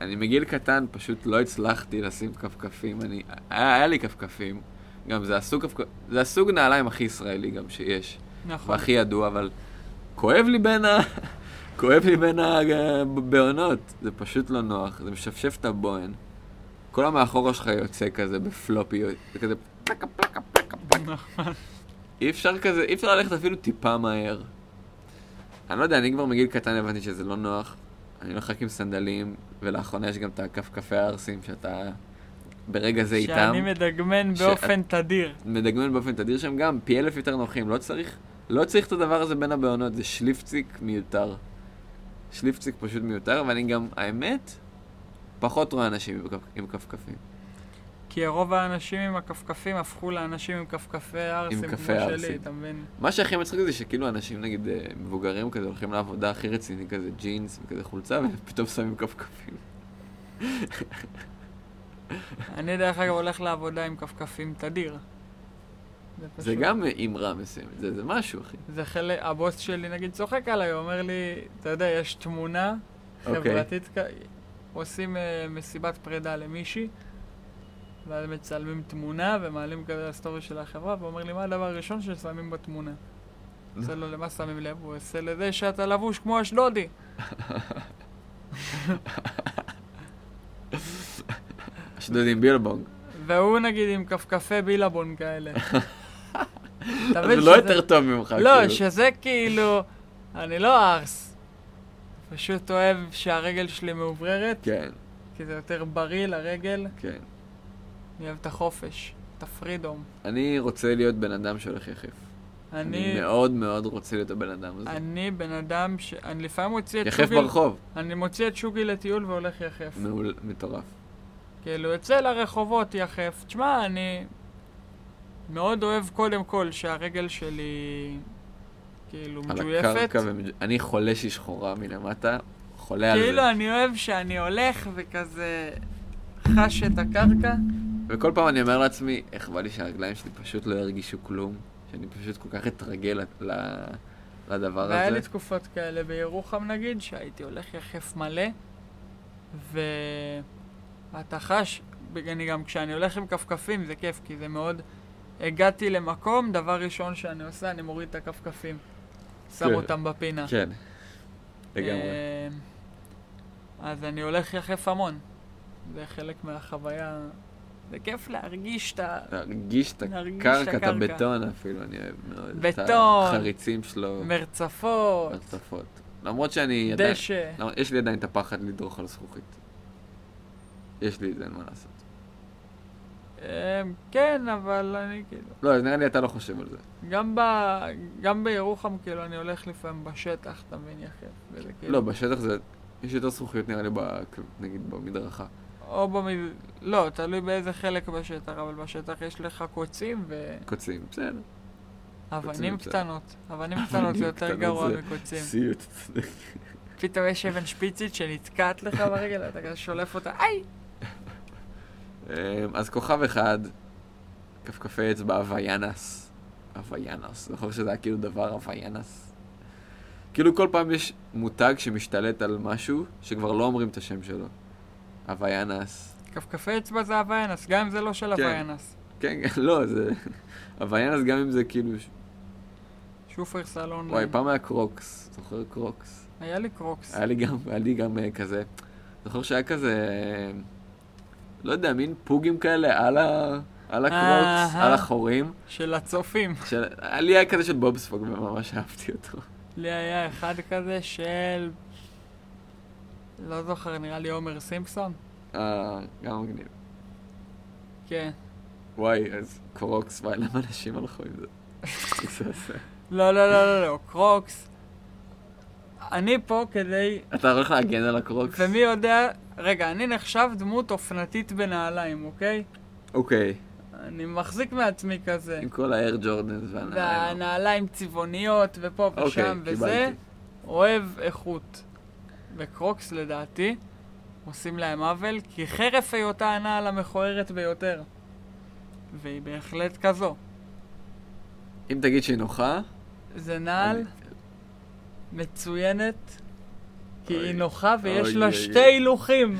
אני מגיל קטן, פשוט לא הצלחתי לשים כפכפים. אני... היה, היה לי כפכפים. גם זה הסוג, כפכ... זה הסוג נעליים הכי ישראלי גם שיש.
נכון.
והכי ידוע, אבל כואב לי בין ה... כואב לי בין הבעונות. זה פשוט לא נוח, זה משפשף את הבוהן. כל המאחורה שלך יוצא כזה בפלופי, זה כזה פלקה פלקה פלקה פלקה.
נכון.
אי אפשר כזה, אי אפשר ללכת אפילו טיפה מהר. אני לא יודע, אני כבר מגיל קטן הבנתי שזה לא נוח. אני הולך רק עם סנדלים, ולאחרונה יש גם את הכפכפי הערסים שאתה ברגע זה איתם.
שאני מדגמן
ש-
באופן תדיר.
מדגמן באופן תדיר שהם גם פי אלף יותר נוחים, לא צריך, לא צריך את הדבר הזה בין הבעונות, זה שליפציק מיותר. שליפציק פשוט מיותר, ואני גם, האמת, פחות רואה אנשים עם כפ- עם כפכפים.
כי רוב האנשים עם הכפכפים הפכו לאנשים עם כפכפי ערסים כמו
כפי
שלי,
ערסים.
אתה מבין?
מה שהכי מצחיק זה שכאילו אנשים, נגיד, אה, מבוגרים כזה, הולכים לעבודה הכי רציני, כזה ג'ינס וכזה חולצה, ופתאום שמים כפכפים.
אני דרך אגב הולך לעבודה עם כפכפים תדיר.
זה
פשוט-
גם אה, אמרה מסוימת, זה, זה משהו, אחי.
זה חלק, הבוס שלי נגיד צוחק עליי, הוא אומר לי, אתה יודע, יש תמונה
אוקיי.
חברתית, כ- עושים אה, מסיבת פרידה למישהי, ואז מצלמים תמונה ומעלים כזה לסטורי של החברה, והוא אומר לי, מה הדבר הראשון ששמים בתמונה? עושה לו, למה שמים לב? הוא עושה לזה שאתה לבוש כמו אשדודי.
אשדודים בילבונג.
והוא נגיד עם כפכפי בילבון כאלה. אתה
אז
מבין
זה לא
שזה-
יותר טוב ממך,
לא,
כאילו.
שזה כאילו, אני לא ארס. פשוט אוהב שהרגל שלי מאובררת,
כן,
כי זה יותר בריא לרגל.
כן.
אני אוהב את החופש, את הפרידום.
אני רוצה להיות בן אדם שהולך יחף. אני
אני,
מאוד מאוד רוצה להיות הבן אדם הזה.
אני בן אדם ש... אני לפעמים מוציא את
יחף
שוגי...
ברחוב.
אני מוציא את שוגי לטיול והולך יחף.
מעול, מטורף.
כאילו, יוצא לרחובות יחף. תשמע, אני מאוד אוהב קודם כל שהרגל שלי כאילו
על
מג'ויפת.
הקרקע, ומג- אני חולה שהיא שחורה מלמטה, חולה על זה.
כאילו, אני אוהב שאני הולך וכזה חש את הקרקע.
וכל פעם אני אומר לעצמי, איך בא לי שהרגליים שלי פשוט לא ירגישו כלום, שאני פשוט כל כך אתרגל ל- ל- לדבר
והיה
הזה.
לי תקופות כאלה בירוחם נגיד, שהייתי הולך יחף מלא, ואתה חש, בג- אני גם כשאני הולך עם כפכפים זה כיף, כי זה מאוד... הגעתי למקום, דבר ראשון שאני עושה, אני מוריד את הכפכפים. שם
כן.
אותם בפינה.
כן, לגמרי.
אה, אז אני הולך יחף המון. זה חלק מהחוויה. זה כיף להרגיש את ה...
להרגיש את
להרגיש
הקרקע,
את
את
הקרקע.
הבטון אפילו, אני אוהב מאוד. את
בטון.
החריצים שלו,
מרצפות,
הרצפות. למרות שאני עדיין...
דשא.
לא, יש לי עדיין את הפחד לדרוך על זכוכית. יש לי את זה, אין מה לעשות.
אה, כן, אבל אני כאילו...
לא, אז נראה לי אתה לא חושב על זה.
גם, ב... גם בירוחם, כאילו, אני הולך לפעמים בשטח, אתה מבין, יחף? וזה כאילו...
לא, בשטח זה... יש יותר זכוכיות נראה לי, בק- נגיד, במדרכה.
או במד... לא, תלוי באיזה חלק בשטח, אבל בשטח יש לך קוצים
קוצים, בסדר.
ואבנים
בסדר.
קטנות. אבנים קטנות זה יותר
כן. קטנות
גרוע
זה-
מקוצים.
סיוט, צודק.
פתאום יש אבן שפיצית שנתקעת לך ברגל, אתה כזה שולף אותה, איי!
אה, אז כוכב אחד, כפכפי אצבע הוויאנס. הוויאנס, זוכר שזה היה כאילו דבר הוויאנס? כאילו כל פעם יש מותג שמשתלט על משהו שכבר לא אומרים את השם שלו. הוויאנס.
כפכפי אצבע זה הוויינס, גם אם זה לא של
כן.
הוויינס.
כן, לא, זה... הוויאנס גם אם זה כאילו... ש-
שופר סלון.
וואי, פעם היה קרוקס. זוכר קרוקס?
היה לי קרוקס.
היה לי גם, היה לי גם אה, כזה, זוכר שהיה כזה, אה, לא יודע, מין פוגים כאלה על, ה, על הקרוקס,
אהה.
על החורים.
של הצופים.
של, היה לי היה כזה של בובספוג וממש אהבתי אותו.
לי היה אחד כזה של... לא זוכר, נראה לי עומר סימפסון?
אה, גם מגניב.
כן.
וואי, אז קרוקס, וואי, למה אנשים הלכו עם זה? זה- זה-
לא, לא, לא, לא, לא, קרוקס. אני פה כדי...
אתה הולך להגן על הקרוקס?
ומי יודע... רגע, אני נחשב דמות אופנתית בנעליים, אוקיי?
אוקיי,
אני מחזיק מעצמי כזה.
עם כל האר ג'ורדנס והנעליים.
והנעליים צבעוניות, ופה
אוקיי,
ושם וזה.
קיבלתי.
אוהב איכות. וקרוקס, לדעתי, עושים להם עוול, כי חרף היותה הנעל המכוערת ביותר. והיא בהחלט כזו.
אם תגיד שהיא נוחה,
זה נעל מצוינת, כי
אוי.
היא נוחה ויש
אוי,
לה
אוי,
שתי
אוי.
הילוכים.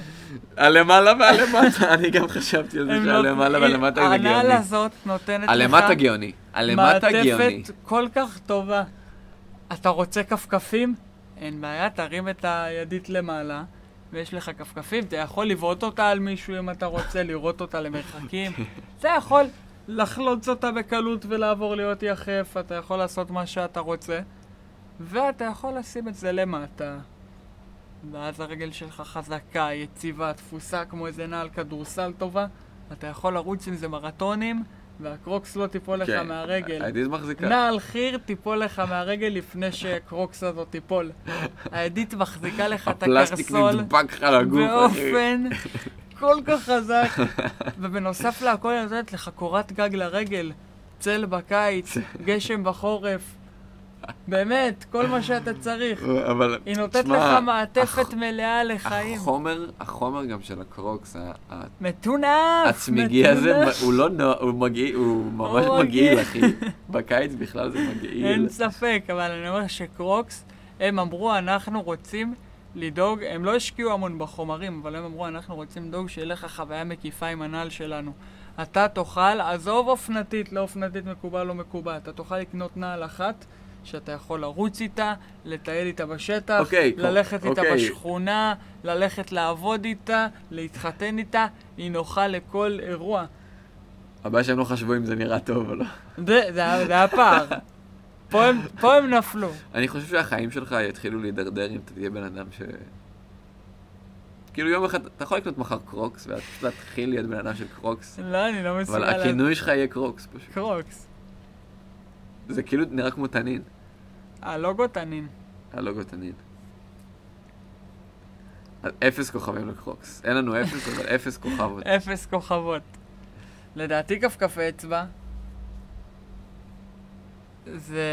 הלמעלה והלמטה, אני גם חשבתי על זה
הם לא-
שהלמעלה והלמטה זה גאוני.
הנעל הזאת נותנת
הלמטה
לך
גאוני. הלמטה גאוני.
מעטפת כל כך טובה. אתה רוצה כפכפים? אין בעיה, תרים את הידית למעלה, ויש לך כפכפים, אתה יכול לבעוט אותה על מישהו אם אתה רוצה, לראות אותה למרחקים.
כן.
אתה יכול לחלוץ אותה בקלות ולעבור להיות יחף, אתה יכול לעשות מה שאתה רוצה, ואתה יכול לשים את זה למטה. ואז הרגל שלך חזקה, יציבה, תפוסה, כמו איזה נעל כדורסל טובה. אתה יכול לרוץ עם זה מרתונים, והקרוקס לא תיפול לך
כן.
מהרגל.
הידית מחזיקה.
נעל חיר תיפול לך מהרגל לפני שהקרוקס הזאת תיפול. הידית מחזיקה לך את
הפלסטיק
הקרסול
נדבק לך לגוף. אחי.
באופן כל כך חזק, ובנוסף להכל היא נותנת לך קורת גג לרגל, צל בקיץ, גשם בחורף. באמת, כל מה שאתה צריך.
אבל...
היא נותנת
תשמע,
לך מעטפת מלאה לחיים.
החומר, החומר גם של הקרוקס, ה- ה-
מתון אף!
הצמיגי הזה,
מתון אף.
מ- הוא לא נוע, הוא מגעיל, הוא ממש מגעיל,
הוא מגעיל.
אחי. בקיץ בכלל זה מגעיל.
אין ספק, אבל אני אומר שקרוקס, הם אמרו, אנחנו רוצים לדאוג, הם לא השקיעו המון בחומרים, אבל הם אמרו, אנחנו רוצים לדאוג שיהיה לך חוויה מקיפה עם הנעל שלנו. אתה תוכל, עזוב אופנתית, לא אופנתית מקובל, לא מקובל, אתה תוכל לקנות נעל אחת. שאתה יכול לרוץ איתה, לטייל איתה בשטח,
אוקיי,
ללכת איתה
אוקיי.
בשכונה, ללכת לעבוד איתה, להתחתן איתה, היא נוחה לכל אירוע.
הבעיה שהם לא חשבו אם זה נראה טוב או לא.
זה זה היה זה היה פער. פה הם- פה הם נפלו.
אני חושב שהחיים שלך יתחילו להידרדר אם אתה תהיה בן אדם ש... כאילו יום אחד, אתה יכול לקנות מחר קרוקס, ואז פשוט להתחיל להיות בן אדם של קרוקס,
לא, אני לא
אבל
מסוגל להבין.
הכינוי שלך יהיה קרוקס פשוט.
קרוקס.
זה כאילו נראה כמו תנין,
הלוגו תנין.
הלוגו תנין. אז אפס כוכבים לקרוקס. אין לנו אפס, אבל אפס כוכבות.
אפס כוכבות. לדעתי כפכפי אצבע. זה...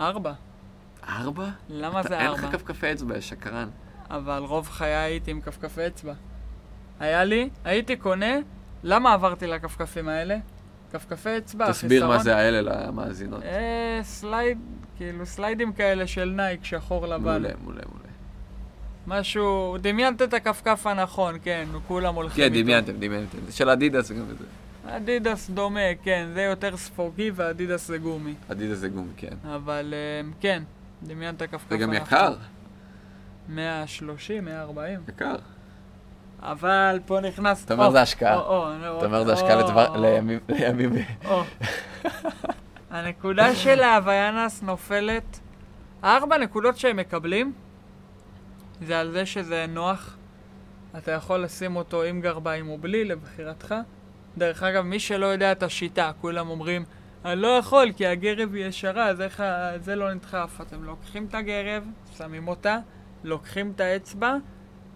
ארבע.
ארבע?
למה
אתה-
זה
אין לך
ארבע?
כפכפי אצבע, יא שקרן.
אבל רוב חיי הייתי עם כפכפי אצבע. היה לי, הייתי קונה, למה עברתי לכפכפים האלה? כפכפי אצבע,
תסביר מה
החיסרון-
זה האלה למאזינות.
אה, סלייד, כאילו סליידים כאלה של נייק שחור לבן.
מעולה, מעולה, מעולה.
משהו, דמיינת את הכפכף הנכון, כן, כולם הולכים
כן,
איתו.
דמיינתם, דמיינתם. זה של אדידס גם זה.
אדידס דומה, כן, זה יותר ספוגי ואדידס זה גומי.
אדידס זה גומי, כן.
אבל אמ, כן, דמיינת כפכף.
זה גם
הנכון.
יקר,
130, 140.
יקר.
אבל פה נכנס...
אתה אומר,
או,
זה השקעה.
או, או, לא,
אתה אומר, זה
או,
השקעה לדבר-
או,
לימים- לימים...
או. הנקודה של ההוויאנס נופלת. ארבע נקודות שהם מקבלים זה על זה שזה נוח. אתה יכול לשים אותו עם גרביים או בלי, לבחירתך. דרך אגב, מי שלא יודע את השיטה, כולם אומרים, אני לא יכול כי הגרב היא ישרה, אז איך ה- זה לא נדחף. אתם לוקחים את הגרב, שמים אותה, לוקחים את האצבע,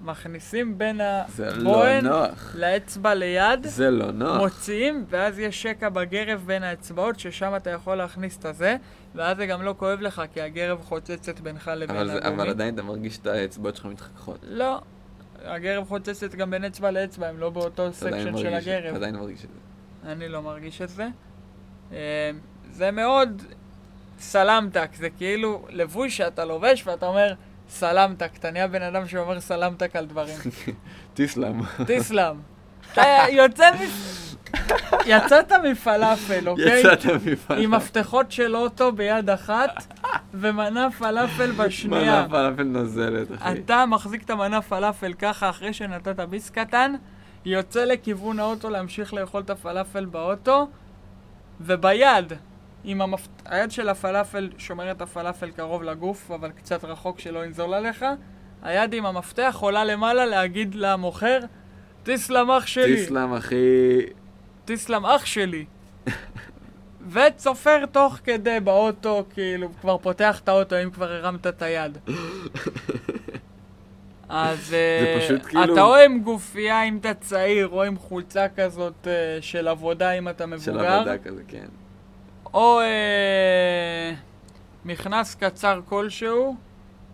מכניסים בין
זה לא
הבוהן
נוח.
לאצבע ליד.
זה לא נוח.
מוציאים, ואז יש שקע בגרב בין האצבעות, ששם אתה יכול להכניס את הזה, ואז זה גם לא כואב לך, כי הגרב חוצצת בינך לבין
אבל זה-
הגומי.
אבל עדיין אתה מרגיש את האצבעות שלך מתחככות.
לא. הגרב חוצצת גם בין אצבע לאצבע, הם לא באותו
אתה עדיין
סקשן של
מרגיש את- אתה
הגרב.
עדיין מרגיש את זה.
אני לא מרגיש את זה. אה, זה מאוד סלמתק, זה כאילו לבוש שאתה לובש ואתה אומר סלמתק, אתה נהיה בן אדם שאומר סלמתק על דברים.
תיסלאם.
תיסלאם. אתה יוצא מ... יצאת מפלאפל, אוקיי?
יצאת מפעל.
עם מפתחות של אוטו ביד אחת ומנה פלאפל בשנייה.
מנה פלאפל נוזלת, אחי.
אתה מחזיק את המנה פלאפל ככה אחרי שנתת ביס קטן, יוצא לכיוון האוטו להמשיך לאכול את הפלאפל באוטו, וביד, עם המפ... היד של הפלאפל שומרת את הפלאפל קרוב לגוף, אבל קצת רחוק שלא ינזול עליך, היד עם המפתח עולה למעלה להגיד למוכר, תיסלם אח שלי,
תיסלאם, אחי.
תיסלם אח שלי. וצופר תוך כדי באוטו, כאילו, כבר פותח את האוטו, אם כבר הרמת את היד. אז אה,
פשוט כאילו-
אתה או עם גופייה אם אתה צעיר, או עם חולצה כזאת אה, של עבודה אם אתה
של
מבוגר,
עבודה כזה, כן.
או אה, מכנס קצר כלשהו,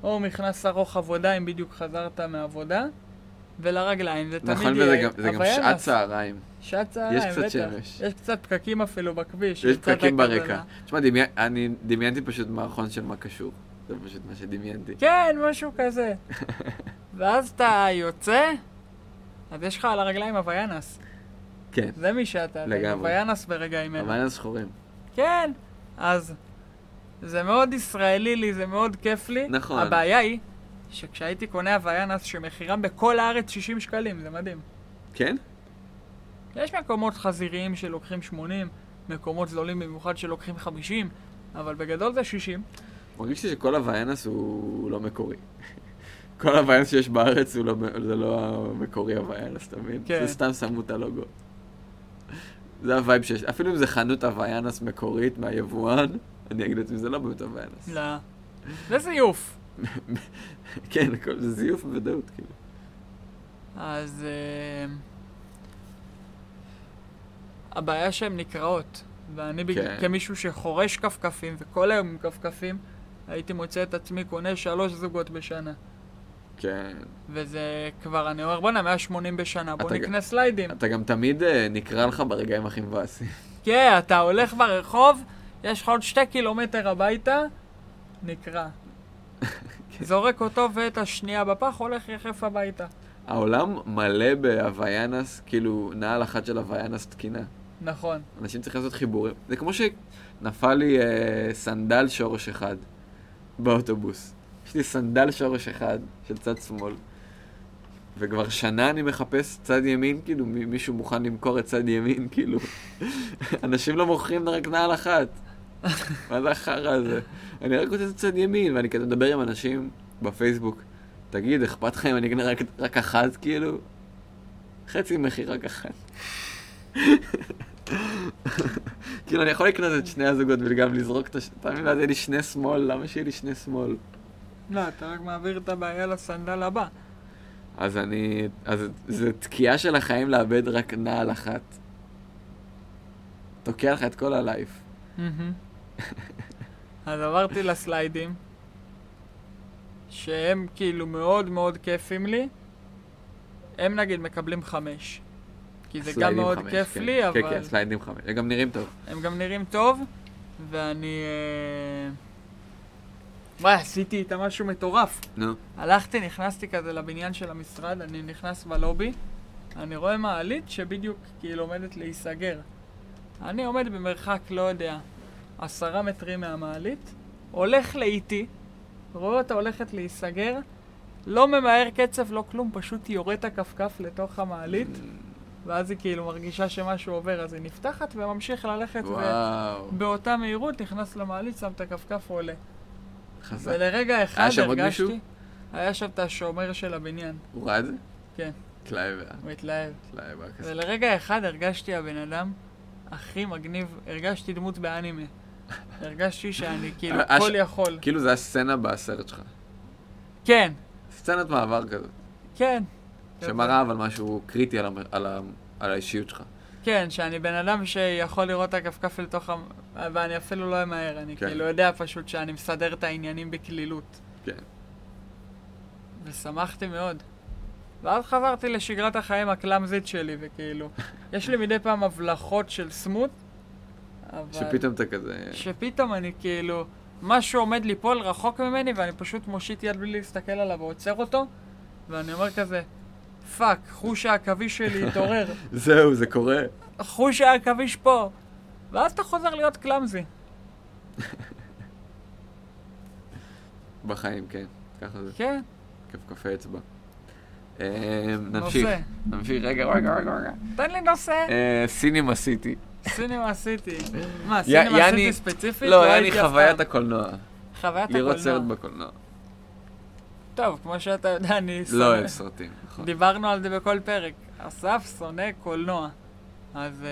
או מכנס ארוך עבודה אם בדיוק חזרת מעבודה, ולרגליים, זה תמיד יהיה.
נכון, וזה גם- זה גם
אבל יאללה,
שעת צהריים.
שעת צהריים,
יש קצת
בטח.
שמש.
יש קצת פקקים אפילו בכביש.
יש
קצת
פקקים
הכוונה.
ברקע. תשמע, דמי- אני דמיינתי פשוט מערכון של מה קשור. זה פשוט מה שדמיינתי.
כן, משהו כזה. ואז אתה יוצא, אז יש לך על הרגליים הוויאנס.
כן.
זה מי שאתה. אתה
לגמרי.
הוויאנס ברגעים אלה.
אבל אין שחורים.
כן, אז זה מאוד ישראלי לי, זה מאוד כיף לי.
נכון.
הבעיה היא שכשהייתי קונה הוויאנס שמחירם בכל הארץ 60 שקלים, זה מדהים.
כן?
יש מקומות חזיריים שלוקחים 80, מקומות זולים במיוחד שלוקחים 50, אבל בגדול זה 60.
מרגיש לי שכל הוויאנס הוא לא מקורי. כל הוויאנס שיש בארץ הוא לא, זה לא המקורי הוויאנס, אתה מבין?
כן.
זה סתם שמו את הלוגו. זה הווייב שיש, אפילו אם זה חנות הוויאנס מקורית מהיבואן, אני אגיד לעצמי, זה לא באמת הוויאנס.
לא. זה זיוף.
כן, הכל זה זיוף בוודאות, כאילו.
אז אה, הבעיה שהן נקרעות, ואני בג...
כן.
כמישהו שחורש כפכפים, וכל היום עם כפכפים, הייתי מוצא את עצמי קונה שלוש זוגות בשנה.
כן.
וזה כבר, אני אומר, בואנה, 180 בשנה, בוא
אתה ג-
נקנה סליידים.
אתה גם תמיד אה, נקרא לך ברגעים הכי מבאסים.
כן, אתה הולך ברחוב, יש לך עוד שתי קילומטר הביתה, נקרע.
כן.
זורק אותו ואת השנייה בפח, הולך יחף הביתה.
העולם מלא בהוויאנס, כאילו, נעל אחת של הוויאנס תקינה.
נכון.
אנשים צריכים לעשות חיבורים. זה כמו שנפל לי אה, סנדל שורש אחד באוטובוס. יש לי סנדל שורש אחד של צד שמאל. וכבר שנה אני מחפש צד ימין, כאילו, מ- מישהו מוכן למכור את צד ימין, כאילו. אנשים לא מוכרים רק נעל אחת. מה זה החרא הזה? אני רק רוצה את צד ימין, ואני כזה מדבר עם אנשים בפייסבוק. תגיד, אכפת לך אם אני אקנה רק, רק אחת, כאילו? חצי מחיר רק אחת. כאילו, אני יכול לקנות את שני הזוגות וגם לזרוק את הש... פעמים ואז יהיה לי שני שמאל, למה שיהיה לי שני שמאל?
לא, אתה רק מעביר את הבעיה לסנדל הבא.
אז אני... אז זה תקיעה של החיים לאבד רק נעל אחת. תוקע לך את כל הלייף.
מהמם. אז עברתי לסליידים, שהם כאילו מאוד מאוד כיפים לי. הם נגיד מקבלים חמש. כי זה גם
סליידים
מאוד
חמש,
כיף
כן.
לי,
כן,
אבל
כן, סליידים חמש. הם גם נראים טוב.
הם גם נראים טוב, ואני... אה, וואי, עשיתי איתם משהו מטורף.
נו.
הלכתי, נכנסתי כזה לבניין של המשרד, אני נכנס בלובי, אני רואה מעלית שבדיוק כאילו עומדת להיסגר. אני עומד במרחק, לא יודע, עשרה מטרים מהמעלית, הולך לאיטי, רואה אותה הולכת להיסגר, לא ממהר קצב, לא כלום, פשוט יורה את הכפכף לתוך המעלית,
Mm,
ואז היא כאילו מרגישה שמשהו עובר, אז היא נפתחת וממשיך ללכת,
וואו.
ובאותה מהירות נכנס למעלית, שם את הכפכף, עולה.
חזק.
ולרגע אחד
היה אה, שם עוד
הרגשתי...
מישהו?
היה שם את השומר של הבניין,
הוא ראה את זה?
כן.
טלאיבה.
הוא התלהב.
טלאיבה כזה.
ולרגע אחד הרגשתי הבן אדם הכי מגניב, הרגשתי דמות באנימה. הרגשתי שאני כאילו
אה,
כל
אש-
יכול.
כאילו זה הסצנה בסרט שלך.
כן,
סצנת מעבר כזאת.
כן.
שמראה אבל משהו קריטי על המ- על ה- על האישיות שלך.
כן, שאני בן אדם שיכול לראות את הכפכף לתוך ה... ואני אפילו לא אמהר, אני
כן.
כאילו יודע פשוט שאני מסדר את העניינים בקלילות.
כן.
ושמחתי מאוד. ואז חזרתי לשגרת החיים הקלאמזית שלי, וכאילו, יש לי מדי פעם הבלחות של סמוט, אבל...
שפתאום אתה כזה...
שפתאום אני כאילו, משהו עומד ליפול רחוק ממני ואני פשוט מושיט יד בלי להסתכל עליו ועוצר אותו, ואני אומר כזה, פאק, חוש העכביש שלי התעורר,
זהו, זה קורה.
חוש העכביש פה. ואז אתה חוזר להיות קלאמזי.
בחיים, כן. ככה זה.
כן,
כפכפי אצבע. אה, נמשיך.
נושא.
נמשיך. רגע, רגע, רגע, רגע.
תן לי נושא.
אה, סינמה סיטי.
סינמה סיטי. מה,
י-
סינמה
יעני-
סיטי ספציפית?
לא, היה לי
הייתי אף
חוויית
פעם.
הקולנוע.
חוויית
לראות סרט
הקולנוע.
בקולנוע.
טוב, כמו שאתה יודע, אני...
לא
שונא-
אוהב סרטים, נכון.
דיברנו על זה בכל פרק. אסף שונא קולנוע. אז אה,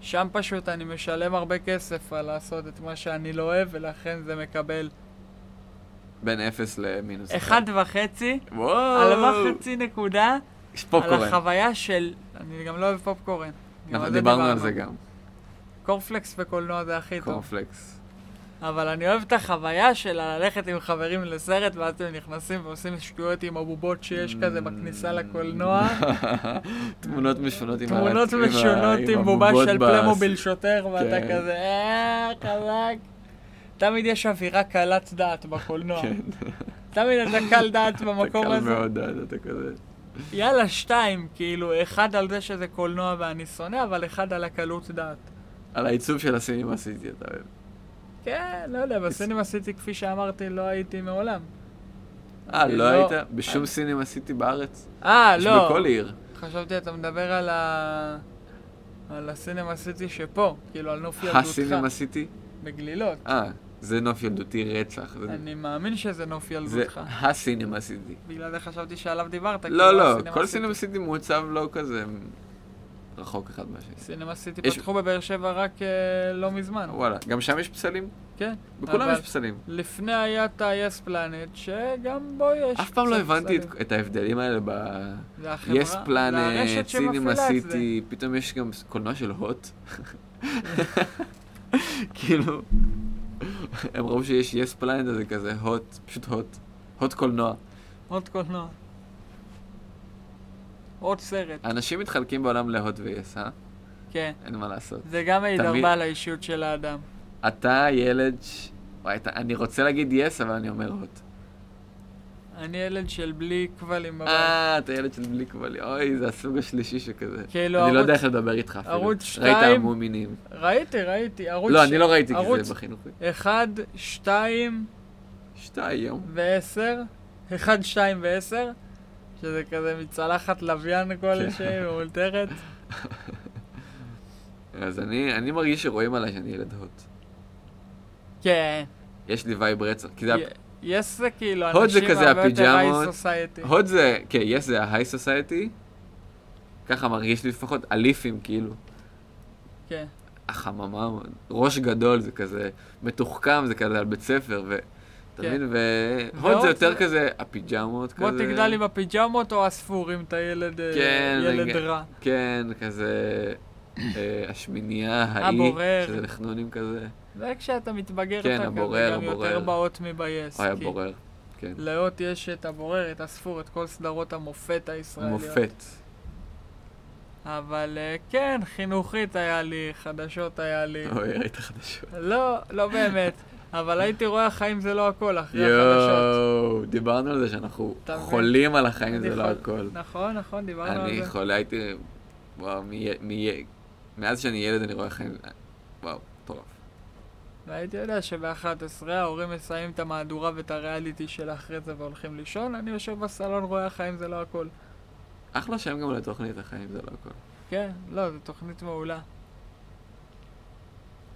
שם פשוט אני משלם הרבה כסף על לעשות את מה שאני לא אוהב, ולכן זה מקבל
בין אפס למינוס
אחד וחצי,
וואו.
על מה חצי נקודה,
יש
על
פופקורן.
החוויה של... אני גם לא אוהב פופקורן. גם
נכון,
על
דיברנו על זה גם.
קורפלקס וקולנוע זה הכי טוב.
קורנפלקס.
אבל אני אוהב את החוויה של ללכת עם חברים לסרט, ואז אתם נכנסים ועושים שטויות עם הבובות שיש כזה בכניסה לקולנוע.
תמונות משונות עם
תמונות
ה- עם ה-
משונות עם בובה
הבובות
של
בס-
פלמוביל שוטר, ואתה
כן.
כזה, אה, חזק. תמיד יש אווירה קלת דעת בקולנוע.
כן.
תמיד אתה קל דעת
אתה
במקום
קל
הזה.
מאוד, אה, אתה כזה.
יאללה, שתיים, כאילו, אחד על זה שזה קולנוע ואני שונא, אבל אחד על הקלות דעת.
על העיצוב של הסינמה סיטי, אתה אוהב.
כן, לא יודע, בסינמה סיטי, כפי שאמרתי, לא הייתי מעולם.
אה,
אני
לא
לא-
היית? בשום סינמה סיטי בארץ?
אה,
יש
לא.
בכל עיר.
חשבתי אתה מדבר על ה... על הסינמה סיטי שפה, כאילו על נוף ילדותך,
אה, הסינמה סיטי?
בגלילות.
אה, זה נוף ילדותי רצח. זה-
אני מאמין שזה נוף
זה
ילדותך.
הסינמה סיטי.
בגלל זה חשבתי שעליו דיברת. כאילו,
לא, לא,
הסינמה
כל
סיטי.
סינמה סיטי מוצב לא כזה רחוק אחד מהשני.
סינמה סיטי
יש-
פתחו בבאר שבע רק אה, לא מזמן.
וואלה, גם שם יש פסלים?
כן.
בכולם
אבל
יש פסלים.
לפני היה את ה-yes planet, שגם בו יש...
אף פעם לא
קצת
הבנתי את-
פסלים.
את ההבדלים האלה ב...
זה החברה-
יס
זה
פלנט,
הרשת
סינמה
שמפעילה את זה.
סיטי, אה, פתאום יש גם קולנוע של הוט. כאילו, הם ראו שיש יס פלנט הזה כזה, הוט, פשוט הוט. הוט קולנוע.
עוד קולנוע. עוד סרט,
אנשים מתחלקים בעולם להוט ויס, אה?
כן.
אין מה לעשות.
זה גם מעיד
תמיד-
הרבה על האישיות של האדם.
אתה ילד ש... וואי, אתה- אני רוצה להגיד יס, אבל אני אומר הוט.
אוקיי. אני ילד של בלי כבלים בבית.
אה, אתה ילד של בלי כבלים. אוי, זה הסוג השלישי שכזה.
כאילו
אני לא יודע
ערוץ-
איך לדבר איתך אפילו.
ערוץ
ראית
שתיים?
המומינים.
ראיתי, ראיתי. ערוץ...
לא, אני לא ראיתי כי
ערוץ-
זה בחינוכי.
1, 2
שתיים.
ו-10. 1, 2 ו-10. שזה כזה מצלחת לוויין
כן.
כלשהי, מאולתרת.
אז אני, אני מרגיש שרואים עליי שאני ילד הוט.
כן.
יש לי וייב רצח. כי זה... הפ-
יש זה כאילו,
הוד זה
אנשים
כזה
הרבה יותר
הפיג'מות.
היי סוסייטי.
הוט זה... כן, יס זה ההיי סוסייטי. ככה מרגיש לי לפחות. אליפים, כאילו.
כן.
החממה, ראש גדול, זה כזה מתוחכם, זה כזה על בית ספר, ו... אתה
כן.
מבין? והוט
והוט
זה
זה-
יותר כזה הפיג'מות, כזה.
בוא תגדל עם הפיג'מות או הספורים, אתה ילד אה,
כן, זה
ילד
גם-
רע.
כן, כזה... אה, השמינייה, ההיא.
הבורר.
שזה לחנונים כזה.
זה כשאתה מתבגר,
כן,
אתה
הבורר,
כזה גם יותר
הבורר.
באות מבייס.
אוי,
כי
הבורר. כן.
לאות יש את הבורר, את הספור, את כל סדרות המופת הישראליות.
מופת.
אבל אה, כן, חינוכית היה לי, חדשות היה לי.
אוי, ראית חדשות.
לא, לא באמת. אבל הייתי רואה החיים זה לא הכל, אחרי החדשות.
יואו, דיברנו על זה שאנחנו
אתה מבין?
חולים על החיים, זה
אני
לא
חול-
הכל.
נכון, נכון, דיברנו על
אני
זה.
חולה, הייתי... וואו, מי- מי- מאז שאני ילד אני רואה חיים... וואו, מטורף.
והייתי יודע שב-11 ההורים מסיימים את המהדורה ואת הריאליטי של אחרי זה והולכים לישון, אני יושב בסלון, רואה החיים זה לא הכל.
אחלה שם גם לתוכנית החיים, זה לא הכל.
כן, לא, זו תוכנית מעולה.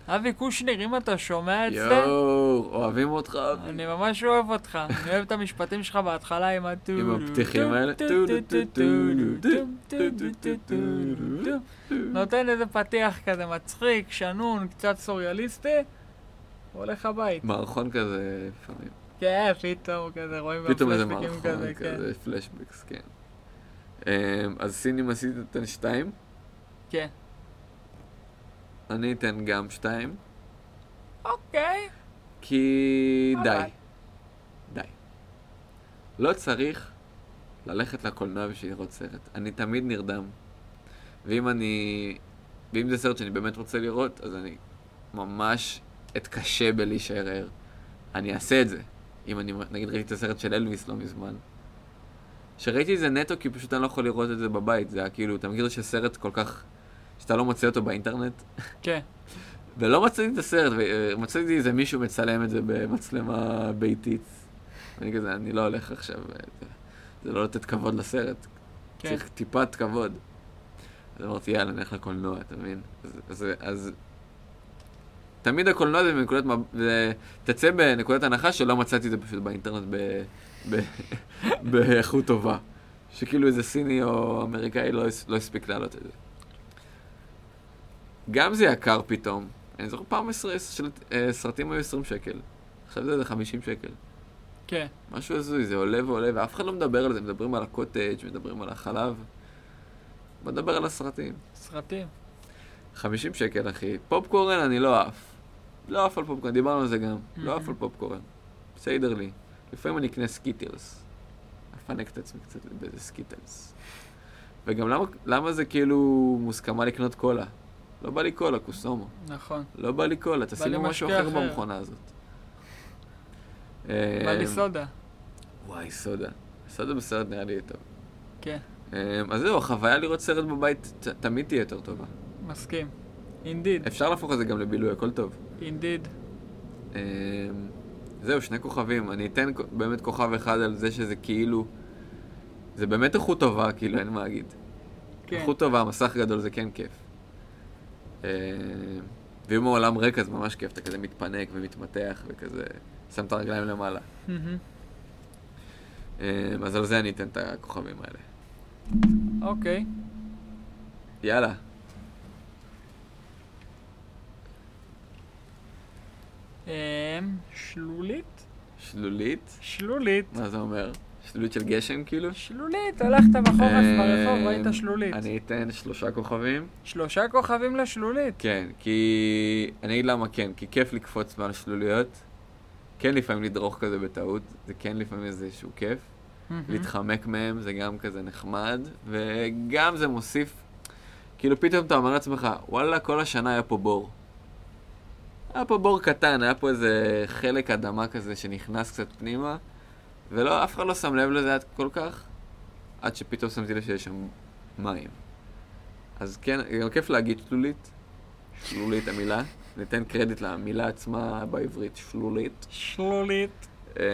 אבי קושניר, אם אתה שומע את זה,
יואו, אוהבים אותך. אבי.
אני ממש אוהב אותך. אני אוהב את המשפטים שלך בהתחלה עם הטו...
עם הפתיחים האלה.
נותן איזה פתיח כזה מצחיק, שנון, קצת סוריאליסטי, הולך הבית.
מערכון כזה לפעמים.
כן, פתאום כזה, רואים גם
פתאום איזה
לא, פלשבקים
מערכון
כן.
כזה, פלשבקס, כן. אמ, אז סינים עשית נותן שתיים,
כן.
אני אתן גם שתיים,
אוקיי.
כי די.
אבל.
די. לא צריך ללכת לקולנוע בשביל לראות סרט. אני תמיד נרדם. ואם אני... ואם זה סרט שאני באמת רוצה לראות, אז אני ממש אתקשה בלהישאר ער. אני אעשה את זה. אם אני, נגיד, ראיתי את הסרט של אלוויס לא מזמן. שראיתי את זה נטו כי פשוט אני לא יכול לראות את זה בבית. זה היה כאילו, אתה מכיר שסרט כל כך... שאתה לא מוצא אותו באינטרנט?
כן.
ולא מצאתי את הסרט, ו- מצאתי איזה מישהו מצלם את זה במצלמה ביתית. אני כזה, אני לא הולך עכשיו, זה- זה לא לתת כבוד לסרט.
כן.
צריך טיפת כבוד. אז אמרתי, יאללה, נלך לקולנוע, אתה מבין? אז, אז, אז... תמיד הקולנוע זה מנקודת מב... זה... תצא בנקודת הנחה שלא מצאתי את זה פשוט באינטרנט ב... ב... באיכות טובה. שכאילו איזה סיני או אמריקאי לא, הס- לא הספיק להעלות את זה. גם זה יקר פתאום. אני זוכר פעם עשרה, של... אה, סרטים היו 20 שקל. עכשיו זה איזה 50 שקל.
כן.
משהו הזוי, זה עולה ועולה, ואף אחד לא מדבר על זה, מדברים על הקוטג', מדברים על החלב. בוא נדבר על הסרטים.
סרטים.
50 שקל, אחי. פופקורן אני לא עף. לא עף על פופקורן, דיברנו על זה גם. לא
Mm-hmm.
עף על פופקורן. בסדר לי. לפעמים אני אקנה סקיטלס. אפנק את עצמי קצת באיזה סקיטלס. וגם למה, למה זה כאילו מוסכמה לקנות קולה? לא בא לי קולה, קוסומו.
נכון.
לא בא לי קולה, תשימו
לי
משהו
משקה
אחר
אחר.
במכונה הזאת. אה,
בא לי סודה.
וואי, סודה. סודה בסרט נראה לי טוב.
כן.
אמ, אז זהו, החוויה לראות סרט בבית ת- תמיד תהיה יותר טובה.
מסכים. אינדיד.
אפשר להפוך את זה גם לבילוי, הכל טוב.
אינדיד.
אמ, זהו, שני כוכבים. אני אתן כ- באמת כוכב אחד על זה שזה כאילו... זה באמת איכות טובה, כאילו, אין מה להגיד.
כן.
איכות טובה, מסך גדול זה כן כיף. אמ, ואם הוא עולם ריק אז ממש כיף, אתה כזה מתפנק ומתמתח וכזה שם את הרגליים למעלה.
מהמם.
אמ, אז על זה אני אתן את הכוכבים האלה.
אוקיי.
יאללה.
אמ, שלולית?
שלולית?
שלולית.
מה זה אומר? שלולית של גשם כאילו?
שלולית, הלכת בחורף ברחוב,
אמ,
ראית שלולית.
אני אתן שלושה כוכבים.
שלושה כוכבים לשלולית.
כן, כי... אני אגיד למה כן, כי כיף לקפוץ מעל שלוליות. כן לפעמים לדרוך כזה בטעות, זה כן לפעמים איזשהו כיף.
מהמם.
להתחמק מהם זה גם כזה נחמד, וגם זה מוסיף... כאילו פתאום אתה אומר לעצמך, וואלה, כל השנה היה פה בור. היה פה בור קטן, היה פה איזה חלק אדמה כזה שנכנס קצת פנימה, ולא, אף אחד לא שם לב לזה עד כל כך, עד שפתאום שמתי לב שיש שם מים. אז כן, גם כיף להגיד שלולית, שלולית המילה, ניתן קרדיט למילה עצמה בעברית, שלולית.
שלולית.
אמ,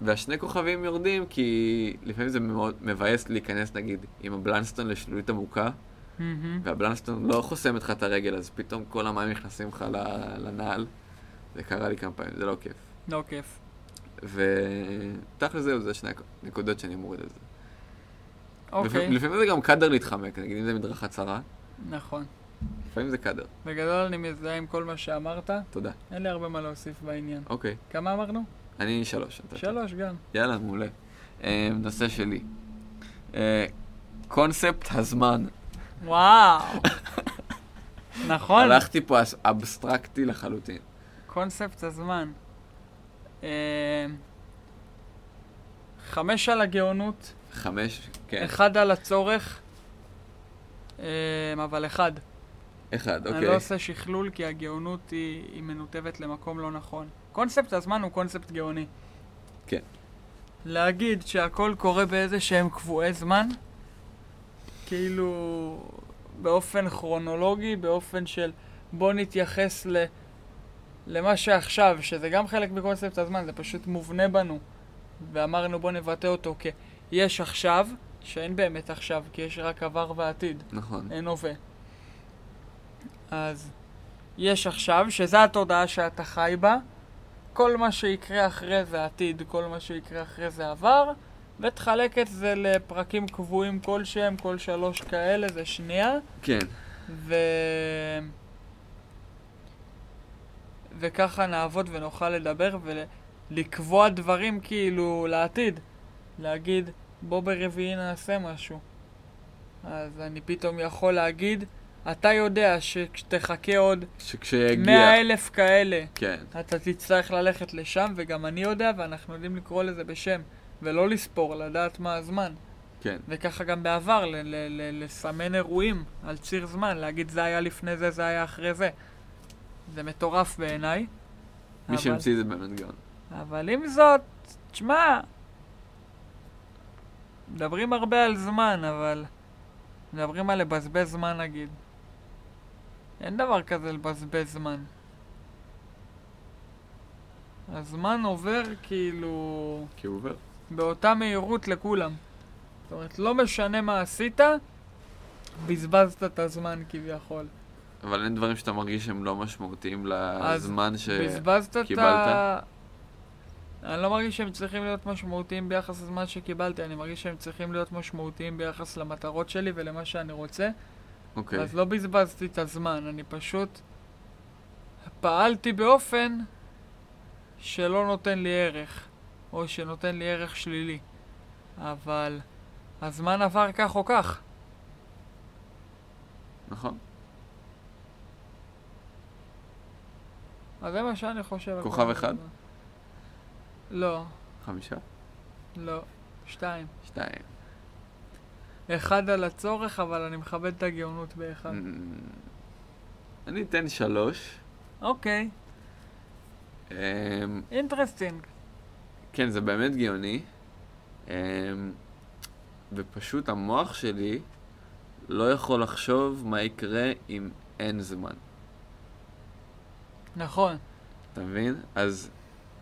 והשני כוכבים יורדים כי לפעמים זה מאוד מבאס להיכנס נגיד עם הבלנסטון לשלולית עמוקה,
מהמם.
והבלנסטון לא חוסם לך את הרגל, אז פתאום כל המים נכנסים לך ל- לנעל. זה קרה לי כמה פעמים, זה לא כיף.
לא כיף.
ותכל'ס זהו, זה שני הנקודות שאני מוריד על זה.
אוקיי.
לפעמים- לפעמים זה גם קאדר להתחמק, נגיד אם זה מדרכה צרה,
נכון.
לפעמים זה קאדר.
בגדול אני מזדהה עם כל מה שאמרת.
תודה.
אין לי הרבה מה להוסיף בעניין.
אוקיי,
כמה אמרנו?
אני שלוש. אתה-
שלוש גם.
יאללה, מעולה. אמ, נושא שלי. אה, קונספט הזמן.
וואו. נכון.
הלכתי פה אס- אבסטרקטי לחלוטין.
קונספט הזמן. אה, חמש על הגאונות,
חמש, כן.
אחד על הצורך, אה, אבל אחד.
אחד,
אני
אוקיי.
לא עושה שכלול כי הגאונות היא, היא מנותבת למקום לא נכון. קונספט הזמן הוא קונספט גאוני.
כן.
להגיד שהכל קורה באיזה שהם קבועי זמן, כאילו באופן כרונולוגי, באופן של בוא נתייחס ל, למה שעכשיו, שזה גם חלק מקונספט הזמן, זה פשוט מובנה בנו. ואמרנו בוא נבטא אותו כיש עכשיו, שאין באמת עכשיו, כי יש רק עבר ועתיד.
נכון.
אין הווה. אז יש עכשיו, שזו התודעה שאתה חי בה, כל מה שיקרה אחרי זה עתיד, כל מה שיקרה אחרי זה עבר, ותחלק את זה לפרקים קבועים כלשהם, כל שלוש כאלה, זה שנייה,
כן,
ו... וככה נעבוד ונוכל לדבר ולקבוע דברים כאילו לעתיד. להגיד, בוא ברביעי נעשה משהו. אז אני פתאום יכול להגיד, אתה יודע שכשתחכה עוד
שכשיגיע...
100 אלף כאלה,
כן,
אתה תצטרך ללכת לשם, וגם אני יודע, ואנחנו יודעים לקרוא לזה בשם, ולא לספור, לדעת מה הזמן.
כן.
וככה גם בעבר, ל- ל- ל- לסמן אירועים על ציר זמן, להגיד זה היה לפני זה, זה היה אחרי זה. זה מטורף בעיניי.
מי
אבל-
שהמציא את זה באמת גאון.
אבל עם זאת, תשמע, מדברים הרבה על זמן, אבל מדברים על לבזבז זמן נגיד. אין דבר כזה לבזבז זמן. הזמן עובר כאילו...
כי הוא עובר.
באותה מהירות לכולם. זאת אומרת, לא משנה מה עשית, בזבזת את הזמן כביכול.
אבל אין דברים שאתה מרגיש שהם לא משמעותיים לזמן ש...
בזבזת את ה...
קיבלת?
אני לא מרגיש שהם צריכים להיות משמעותיים ביחס לזמן שקיבלתי, אני מרגיש שהם צריכים להיות משמעותיים ביחס למטרות שלי ולמה שאני רוצה.
אוקיי.
Okay. אז לא בזבזתי את הזמן, אני פשוט פעלתי באופן שלא נותן לי ערך, או שנותן לי ערך שלילי. אבל הזמן עבר כך או כך.
נכון.
אז זה מה שאני חושב. על כל
כוכב אחד?
הזמן. לא,
חמישה?
לא. שתיים.
שתיים.
אחד על הצורך, אבל אני מכבד את הגאונות באחד.
אמ, אני אתן שלוש.
אוקיי,
אמ,
אינטרסטינג.
כן, זה באמת גאוני. אמ, ופשוט המוח שלי לא יכול לחשוב מה יקרה אם אין זמן.
נכון.
אתה מבין? אז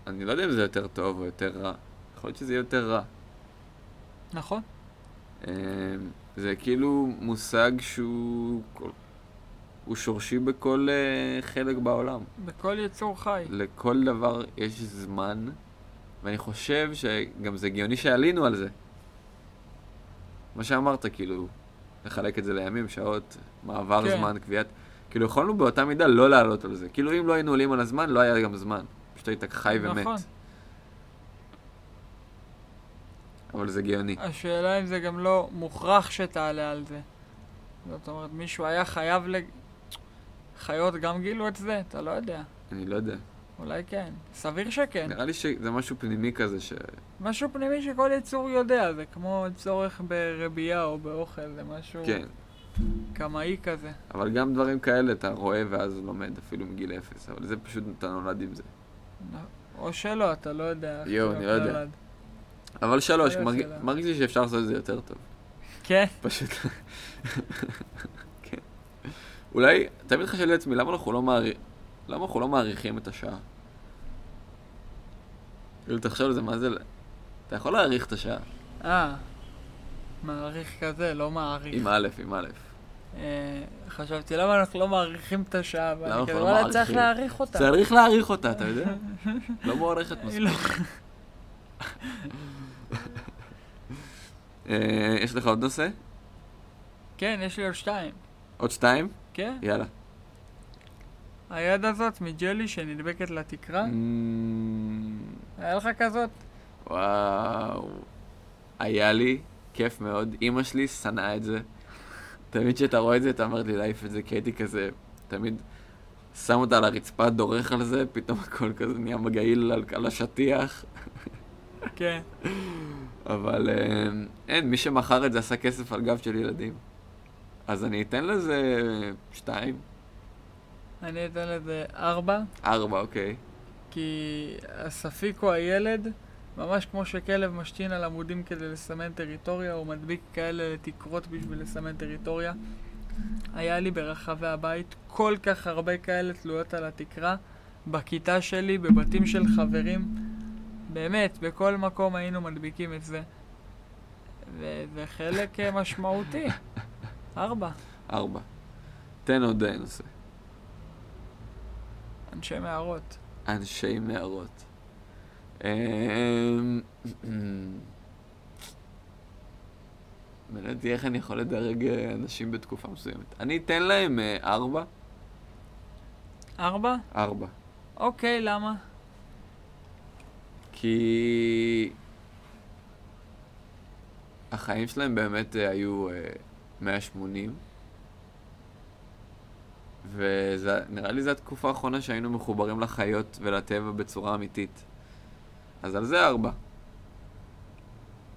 אני לא יודע אם זה יותר טוב או יותר רע. יכול להיות שזה יהיה יותר רע.
נכון?
אמ, זה כאילו מושג שהוא כל- הוא שורשי בכל אה, חלק בעולם.
בכל יצור חי.
לכל דבר יש זמן, ואני חושב שגם זה הגיוני שעלינו על זה. מה שאמרת, כאילו, לחלק את זה לימים, שעות, מעבר
כן.
זמן, קביעת... כאילו, יכולנו באותה מידה לא לעלות על זה. כאילו, אם לא היינו עולים על הזמן, לא היה גם זמן. פשוט היית חי ומת.
נכון.
אבל זה גאוני.
השאלה אם זה גם לא מוכרח שתעלה על זה. זאת אומרת, מישהו היה חייב ל... חיות גם גילו את זה? אתה לא יודע.
אני לא יודע.
אולי כן. סביר שכן.
נראה לי שזה משהו פנימי כזה ש...
משהו פנימי שכל יצור יודע, זה כמו צורך ברבייה או באוכל, זה משהו
כן.
קמאי כזה.
אבל גם דברים כאלה אתה רואה ואז לומד, אפילו מגיל אפס. אבל זה פשוט, אתה נולד עם זה.
או שלא, אתה לא יודע. איך
יואו,
אתה
אני לא יודע.
נולד.
אבל שלוש,
זה
מרג-
השאלה.
מרגיש לי שאפשר לעשות את זה יותר טוב.
כן,
פשוט. כן. אולי, תמיד חשבתי לעצמי, למה אנחנו לא מעריכים, למה אנחנו לא מעריכים את השעה? כאילו, תחשוב על זה, מה זה... ל- אתה יכול להעריך את השעה,
אה. מעריך כזה, לא מעריך.
עם א', עם א'.
אה, חשבתי, למה אנחנו לא מעריכים את השעה?
למה אנחנו
ואני כזה,
לא
וואלה, צריך
מעריכים?"
להעריך אותה.
צריך להעריך אותה, אתה יודע? לא מוערכת
היא
מספיק.
לא
אה, יש לך עוד נושא?
כן, יש לי עוד שתיים.
עוד שתיים?
כן?
יאללה.
היד הזאת מג'לי שנדבקת
אה?
לתקרה,
אמ,
היה לך כזאת?
וואו. היה לי כיף מאוד. אימא שלי שנאה את זה. תמיד כשאתה רואה את זה, אתה אומר לי להעיף את זה, כי הייתי כזה, תמיד שם אותה על הרצפה, דורך על זה, פתאום הכל כזה נהיה מגעיל על, על השטיח.
כן.
אבל אה, אין, מי שמכר את זה עשה כסף על גב של ילדים. אז אני אתן לזה שתיים,
אני אתן לזה ארבע,
ארבע, אוקיי.
כי הספיקו הילד, ממש כמו שכלב משתין על עמודים כדי לסמן טריטוריה, הוא מדביק כאלה תקרות בשביל לסמן טריטוריה. היה לי ברחבי הבית כל כך הרבה כאלה תלויות על התקרה, בכיתה שלי, בבתים של חברים. באמת, בכל מקום היינו מדביקים את זה. וזה חלק אה, משמעותי. ארבע.
ארבע. תן עוד אה, נושא.
אנשי מערות.
אנשי מערות. אמ, אני לא יודע איך אני יכול לדרג אה, אנשים בתקופה מסוימת. אני אתן להם אה, ארבע.
ארבע?
ארבע.
אוקיי, למה?
כי החיים שלהם באמת אה, היו אה, 180. ונראה לי זו התקופה האחרונה שהיינו מחוברים לחיות ולטבע בצורה אמיתית. אז על זה ארבע.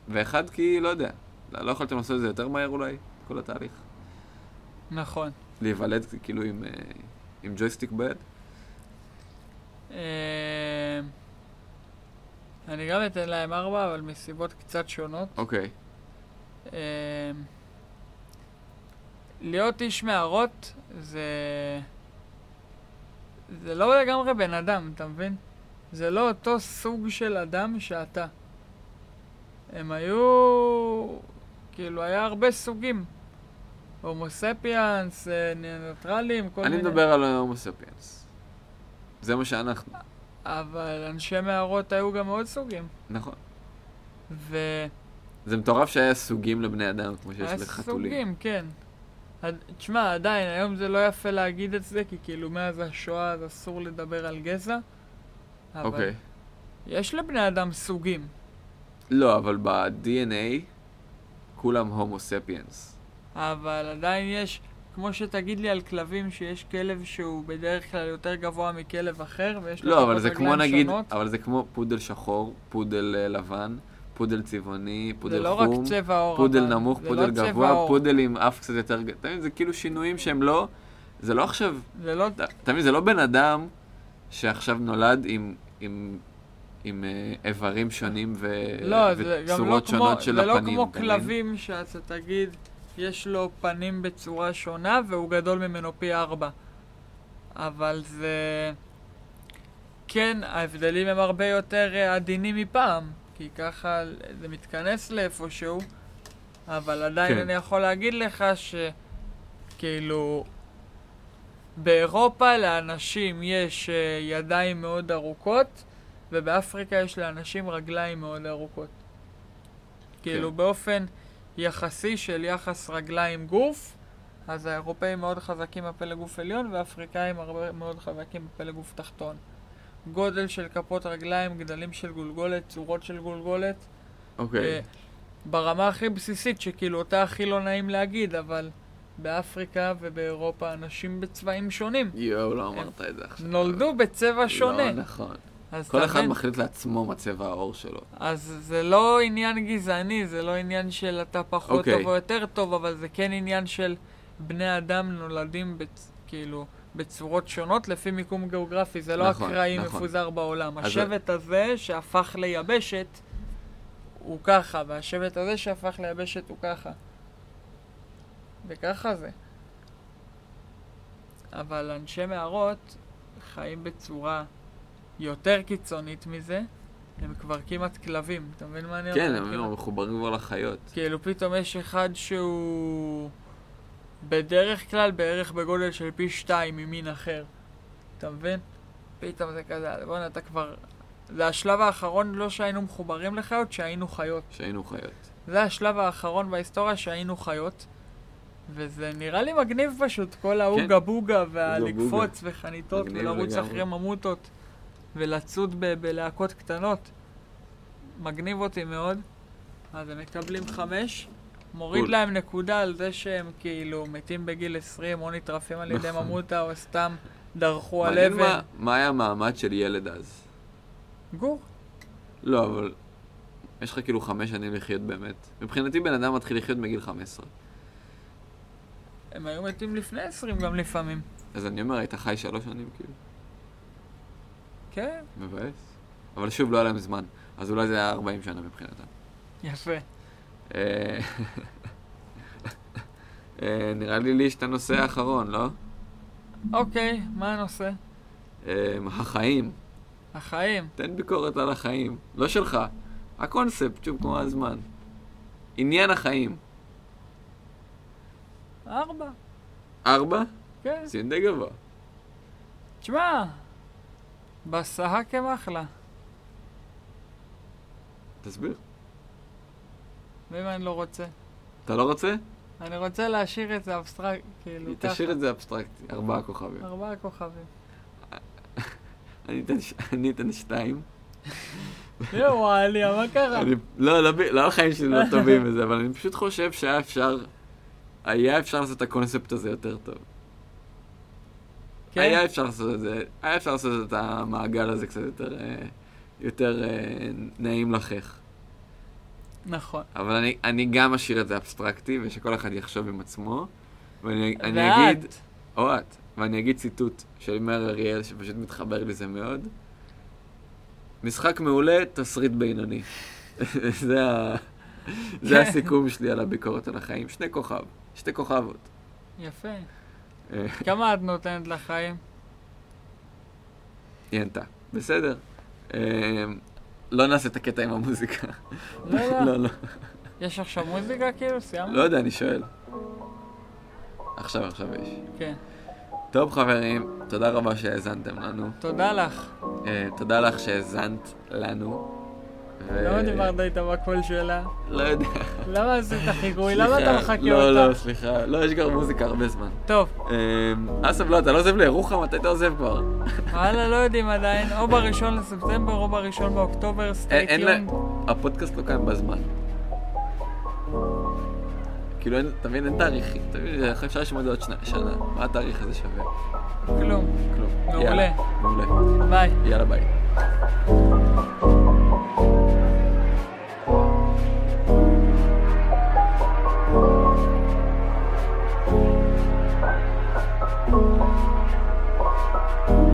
ואחד כי, לא יודע, לא לא יכולתם לעשות את זה יותר מהר אולי, את כל התהליך?
נכון.
להיוולד כאילו עם, אה, עם ג'ויסטיק ביד?
אה, אני גם אתן להם ארבע, אבל מסיבות קצת שונות.
אוקיי.
אה, להיות איש מערות זה... זה לא לגמרי בן אדם, אתה מבין? זה לא אותו סוג של אדם שאתה. הם היו... כאילו, היה הרבה סוגים. הומוספיאנס, אה, ניאנדרטרלים, כל
אני
מיני...
מדבר על הומו ספיאנס. זה מה שאנחנו,
אבל אנשי מערות היו גם מאוד סוגים.
נכון.
והיה
זה מטורף שהיה סוגים לבני אדם, כמו שיש לחתולים.
סוגים, כן. עד- תשמע, עדיין, היום זה לא יפה להגיד את זה, כי כאילו מאז השואה אז אסור לדבר על גזע. אבל
אוקיי.
יש לבני אדם סוגים.
לא, אבל ב-DNA כולם הומו ספיאנס.
אבל עדיין יש, כמו שתגיד לי על כלבים, שיש כלב שהוא בדרך כלל יותר גבוה מכלב אחר, ויש לו
לא, אבל
כפות
זה כמו
רגליים
נגיד,
שונות.
אבל זה כמו פודל שחור, פודל אה, לבן, פודל צבעוני,
זה
פודל
לא רק
חום,
צבע עור.
פודל
אבל
נמוך,
זה
פודל
לא צבע
גבוה,
עור.
פודל עם אף קצת יותר גדול. אתה מבין, זה כאילו שינויים שהם לא... זה לא עכשיו...
זה לא...
אתה אתה מבין, זה לא בן אדם שעכשיו נולד עם... עם... עם אה, איברים שונים ו...
לא, זה גם לא
וצורות
כמו,
שונות של
זה לא
הפנים.
כמו
אתה מבין?
כלבים שאתה תגיד, יש לו פנים בצורה שונה והוא גדול ממנו פי ארבע. אבל זה... כן, ההבדלים הם הרבה יותר אה, עדינים מפעם, כי ככה זה מתכנס לאיפשהו, אבל עדיין
כן.
אני יכול להגיד לך שכאילו... באירופה לאנשים יש אה, ידיים מאוד ארוכות, ובאפריקה יש לאנשים רגליים מאוד ארוכות. כאילו באופן יחסי של יחס רגליים גוף, אז האירופאים מאוד חזקים בפלג גוף עליון, והאפריקאים הרבה מאוד חזקים בפלג גוף תחתון. גודל של כפות רגליים, גדלים של גולגולת, צורות של גולגולת.
אוקיי.
אה, ברמה הכי בסיסית, שכאילו אותה הכי לא נעים להגיד, אבל באפריקה ובאירופה אנשים בצבעים שונים.
יואו, לא אמרת את זה עכשיו.
נולדו בצבע כן. שונה.
לא נכון.
אז
כל
אתה
אחד
מבין?
מחליט לעצמו מה צבע העור שלו.
כן, אז זה לא עניין גזעני, זה לא עניין של אתה פחות
אוקיי.
טוב או יותר טוב, אבל זה כן עניין של בני אדם נולדים בצ... כאילו בצורות שונות לפי מיקום גיאוגרפי, זה לא
נכון,
אקראי
נכון.
מפוזר בעולם.
אז-
השבט הזה שהפך ליבשת הוא ככה, והשבט הזה שהפך ליבשת הוא ככה. וככה זה. אבל אנשי מערות חיים בצורה יותר קיצונית מזה, הם כבר כמעט כלבים, אתה מבין מה אני אומר?
כן, הם
כמעט-
הם מחוברים כבר לחיות.
כאילו פתאום יש אחד שהוא בדרך כלל בערך בגודל של פי שתיים ממין אחר. אתה מבין? פתאום זה כזה, בואנה אתה כבר... זה השלב האחרון לא שהיינו מחוברים לחיות, שהיינו חיות.
שהיינו חיות.
זה השלב האחרון בהיסטוריה שהיינו חיות. וזה נראה לי מגניב פשוט, כל ההוגה בוגה והלקפוץ וחניתות
כן. מגניב
ולרוץ
לגמרי.
אחרי ממוטות ולצוד ב- בלהקות קטנות. מגניב אותי מאוד. אז הם מקבלים חמש, מוריד
בול.
להם נקודה על זה שהם כאילו מתים בגיל 20 או נטרפים על ידי
נכון.
ממוטה או סתם דרכו על
מעניין
אבן.
מה- מה היה המעמד של ילד אז.
גור.
לא, אבל יש לך כאילו חמש שנים לחיות באמת. מבחינתי בן אדם מתחיל לחיות מגיל 15.
הם היו מתים לפני 20 גם לפעמים.
אז אני אומר, היית חי שלוש שנים כאילו.
כן,
מבאס. אבל שוב, לא היה להם זמן. אז אולי זה היה 40 שנה מבחינתם.
יפה.
אה, אה, נראה לי לי יש את הנושא האחרון, לא?
אוקיי, מה הנושא?
אה, החיים.
החיים.
תן ביקורת על החיים. לא שלך. הקונספט, שוב, כמו הזמן. עניין החיים.
ארבע.
ארבע?
כן.
ציון די גבוה.
תשמע, בסהק הם אחלה.
תסביר.
ואם אני לא רוצה?
אתה לא רוצה?
אני רוצה להשאיר את זה אבסטרקט, כאילו, ככה. אוקיי.
תשאיר את זה אבסטרקטי. ארבעה כוכבים.
ארבעה כוכבים.
אני אתן ש- אני אתן שתיים.
יואו, עליה, מה קרה?
אני- לא, לא ב- לא החיים שלי לא טובים וזה, אבל אני פשוט חושב שהיה אפשר... היה אפשר לעשות את הקונספט הזה יותר טוב.
כן?
היה אפשר לעשות את זה, היה אפשר לעשות את המעגל הזה קצת יותר, אה, יותר אה, נעים לחך.
נכון.
אבל אני, אני גם אשאיר את זה אבסטרקטי, ושכל אחד יחשוב עם עצמו. ואני אני
ואת,
אגיד, או את, ואני אגיד ציטוט של מאיר אריאל, שפשוט מתחבר לזה מאוד. משחק מעולה, תסריט בינוני. זה, ה...
כן.
זה הסיכום שלי על הביקורת על החיים. שני כוכב, שתי כוכבות.
יפה.
אה,
כמה את נותנת לחיים?
היא ענתה. בסדר. אה, לא נעשה את הקטע עם המוזיקה.
לא, לא.
לא, לא.
יש עכשיו מוזיקה כאילו? סיימנו?
לא יודע, אני שואל. עכשיו, עכשיו יש.
כן.
טוב, חברים, תודה רבה שהאזנתם לנו.
תודה לך.
אה, תודה לך שהאזנת לנו. ו-
למה דיברת איתה בקול שלה?
לא יודע.
למה עשית חיגוי? למה אתה
סליחה,
מחכה אותה?
לא, לא, סליחה. לא, יש גם מוזיקה הרבה זמן.
טוב,
אה, אסף, לא, אתה לא עוזב לירוחם? מתי אתה עוזב כבר?
וואלה, לא יודעים עדיין, או בראשון לספטמבר או בראשון באוקטובר,
אה, אין- אין
סטייקיון.
לה- הפודקאסט לא קיים בזמן. כאילו, אין- אתה מבין, אין תאריכים. אתה מבין, איך אפשר לשמוע את זה עוד שנה- שנה? מה התאריך הזה שווה?
כלום.
כלום.
מעולה.
יאללה, מעולה.
ביי.
יאללה, ביי.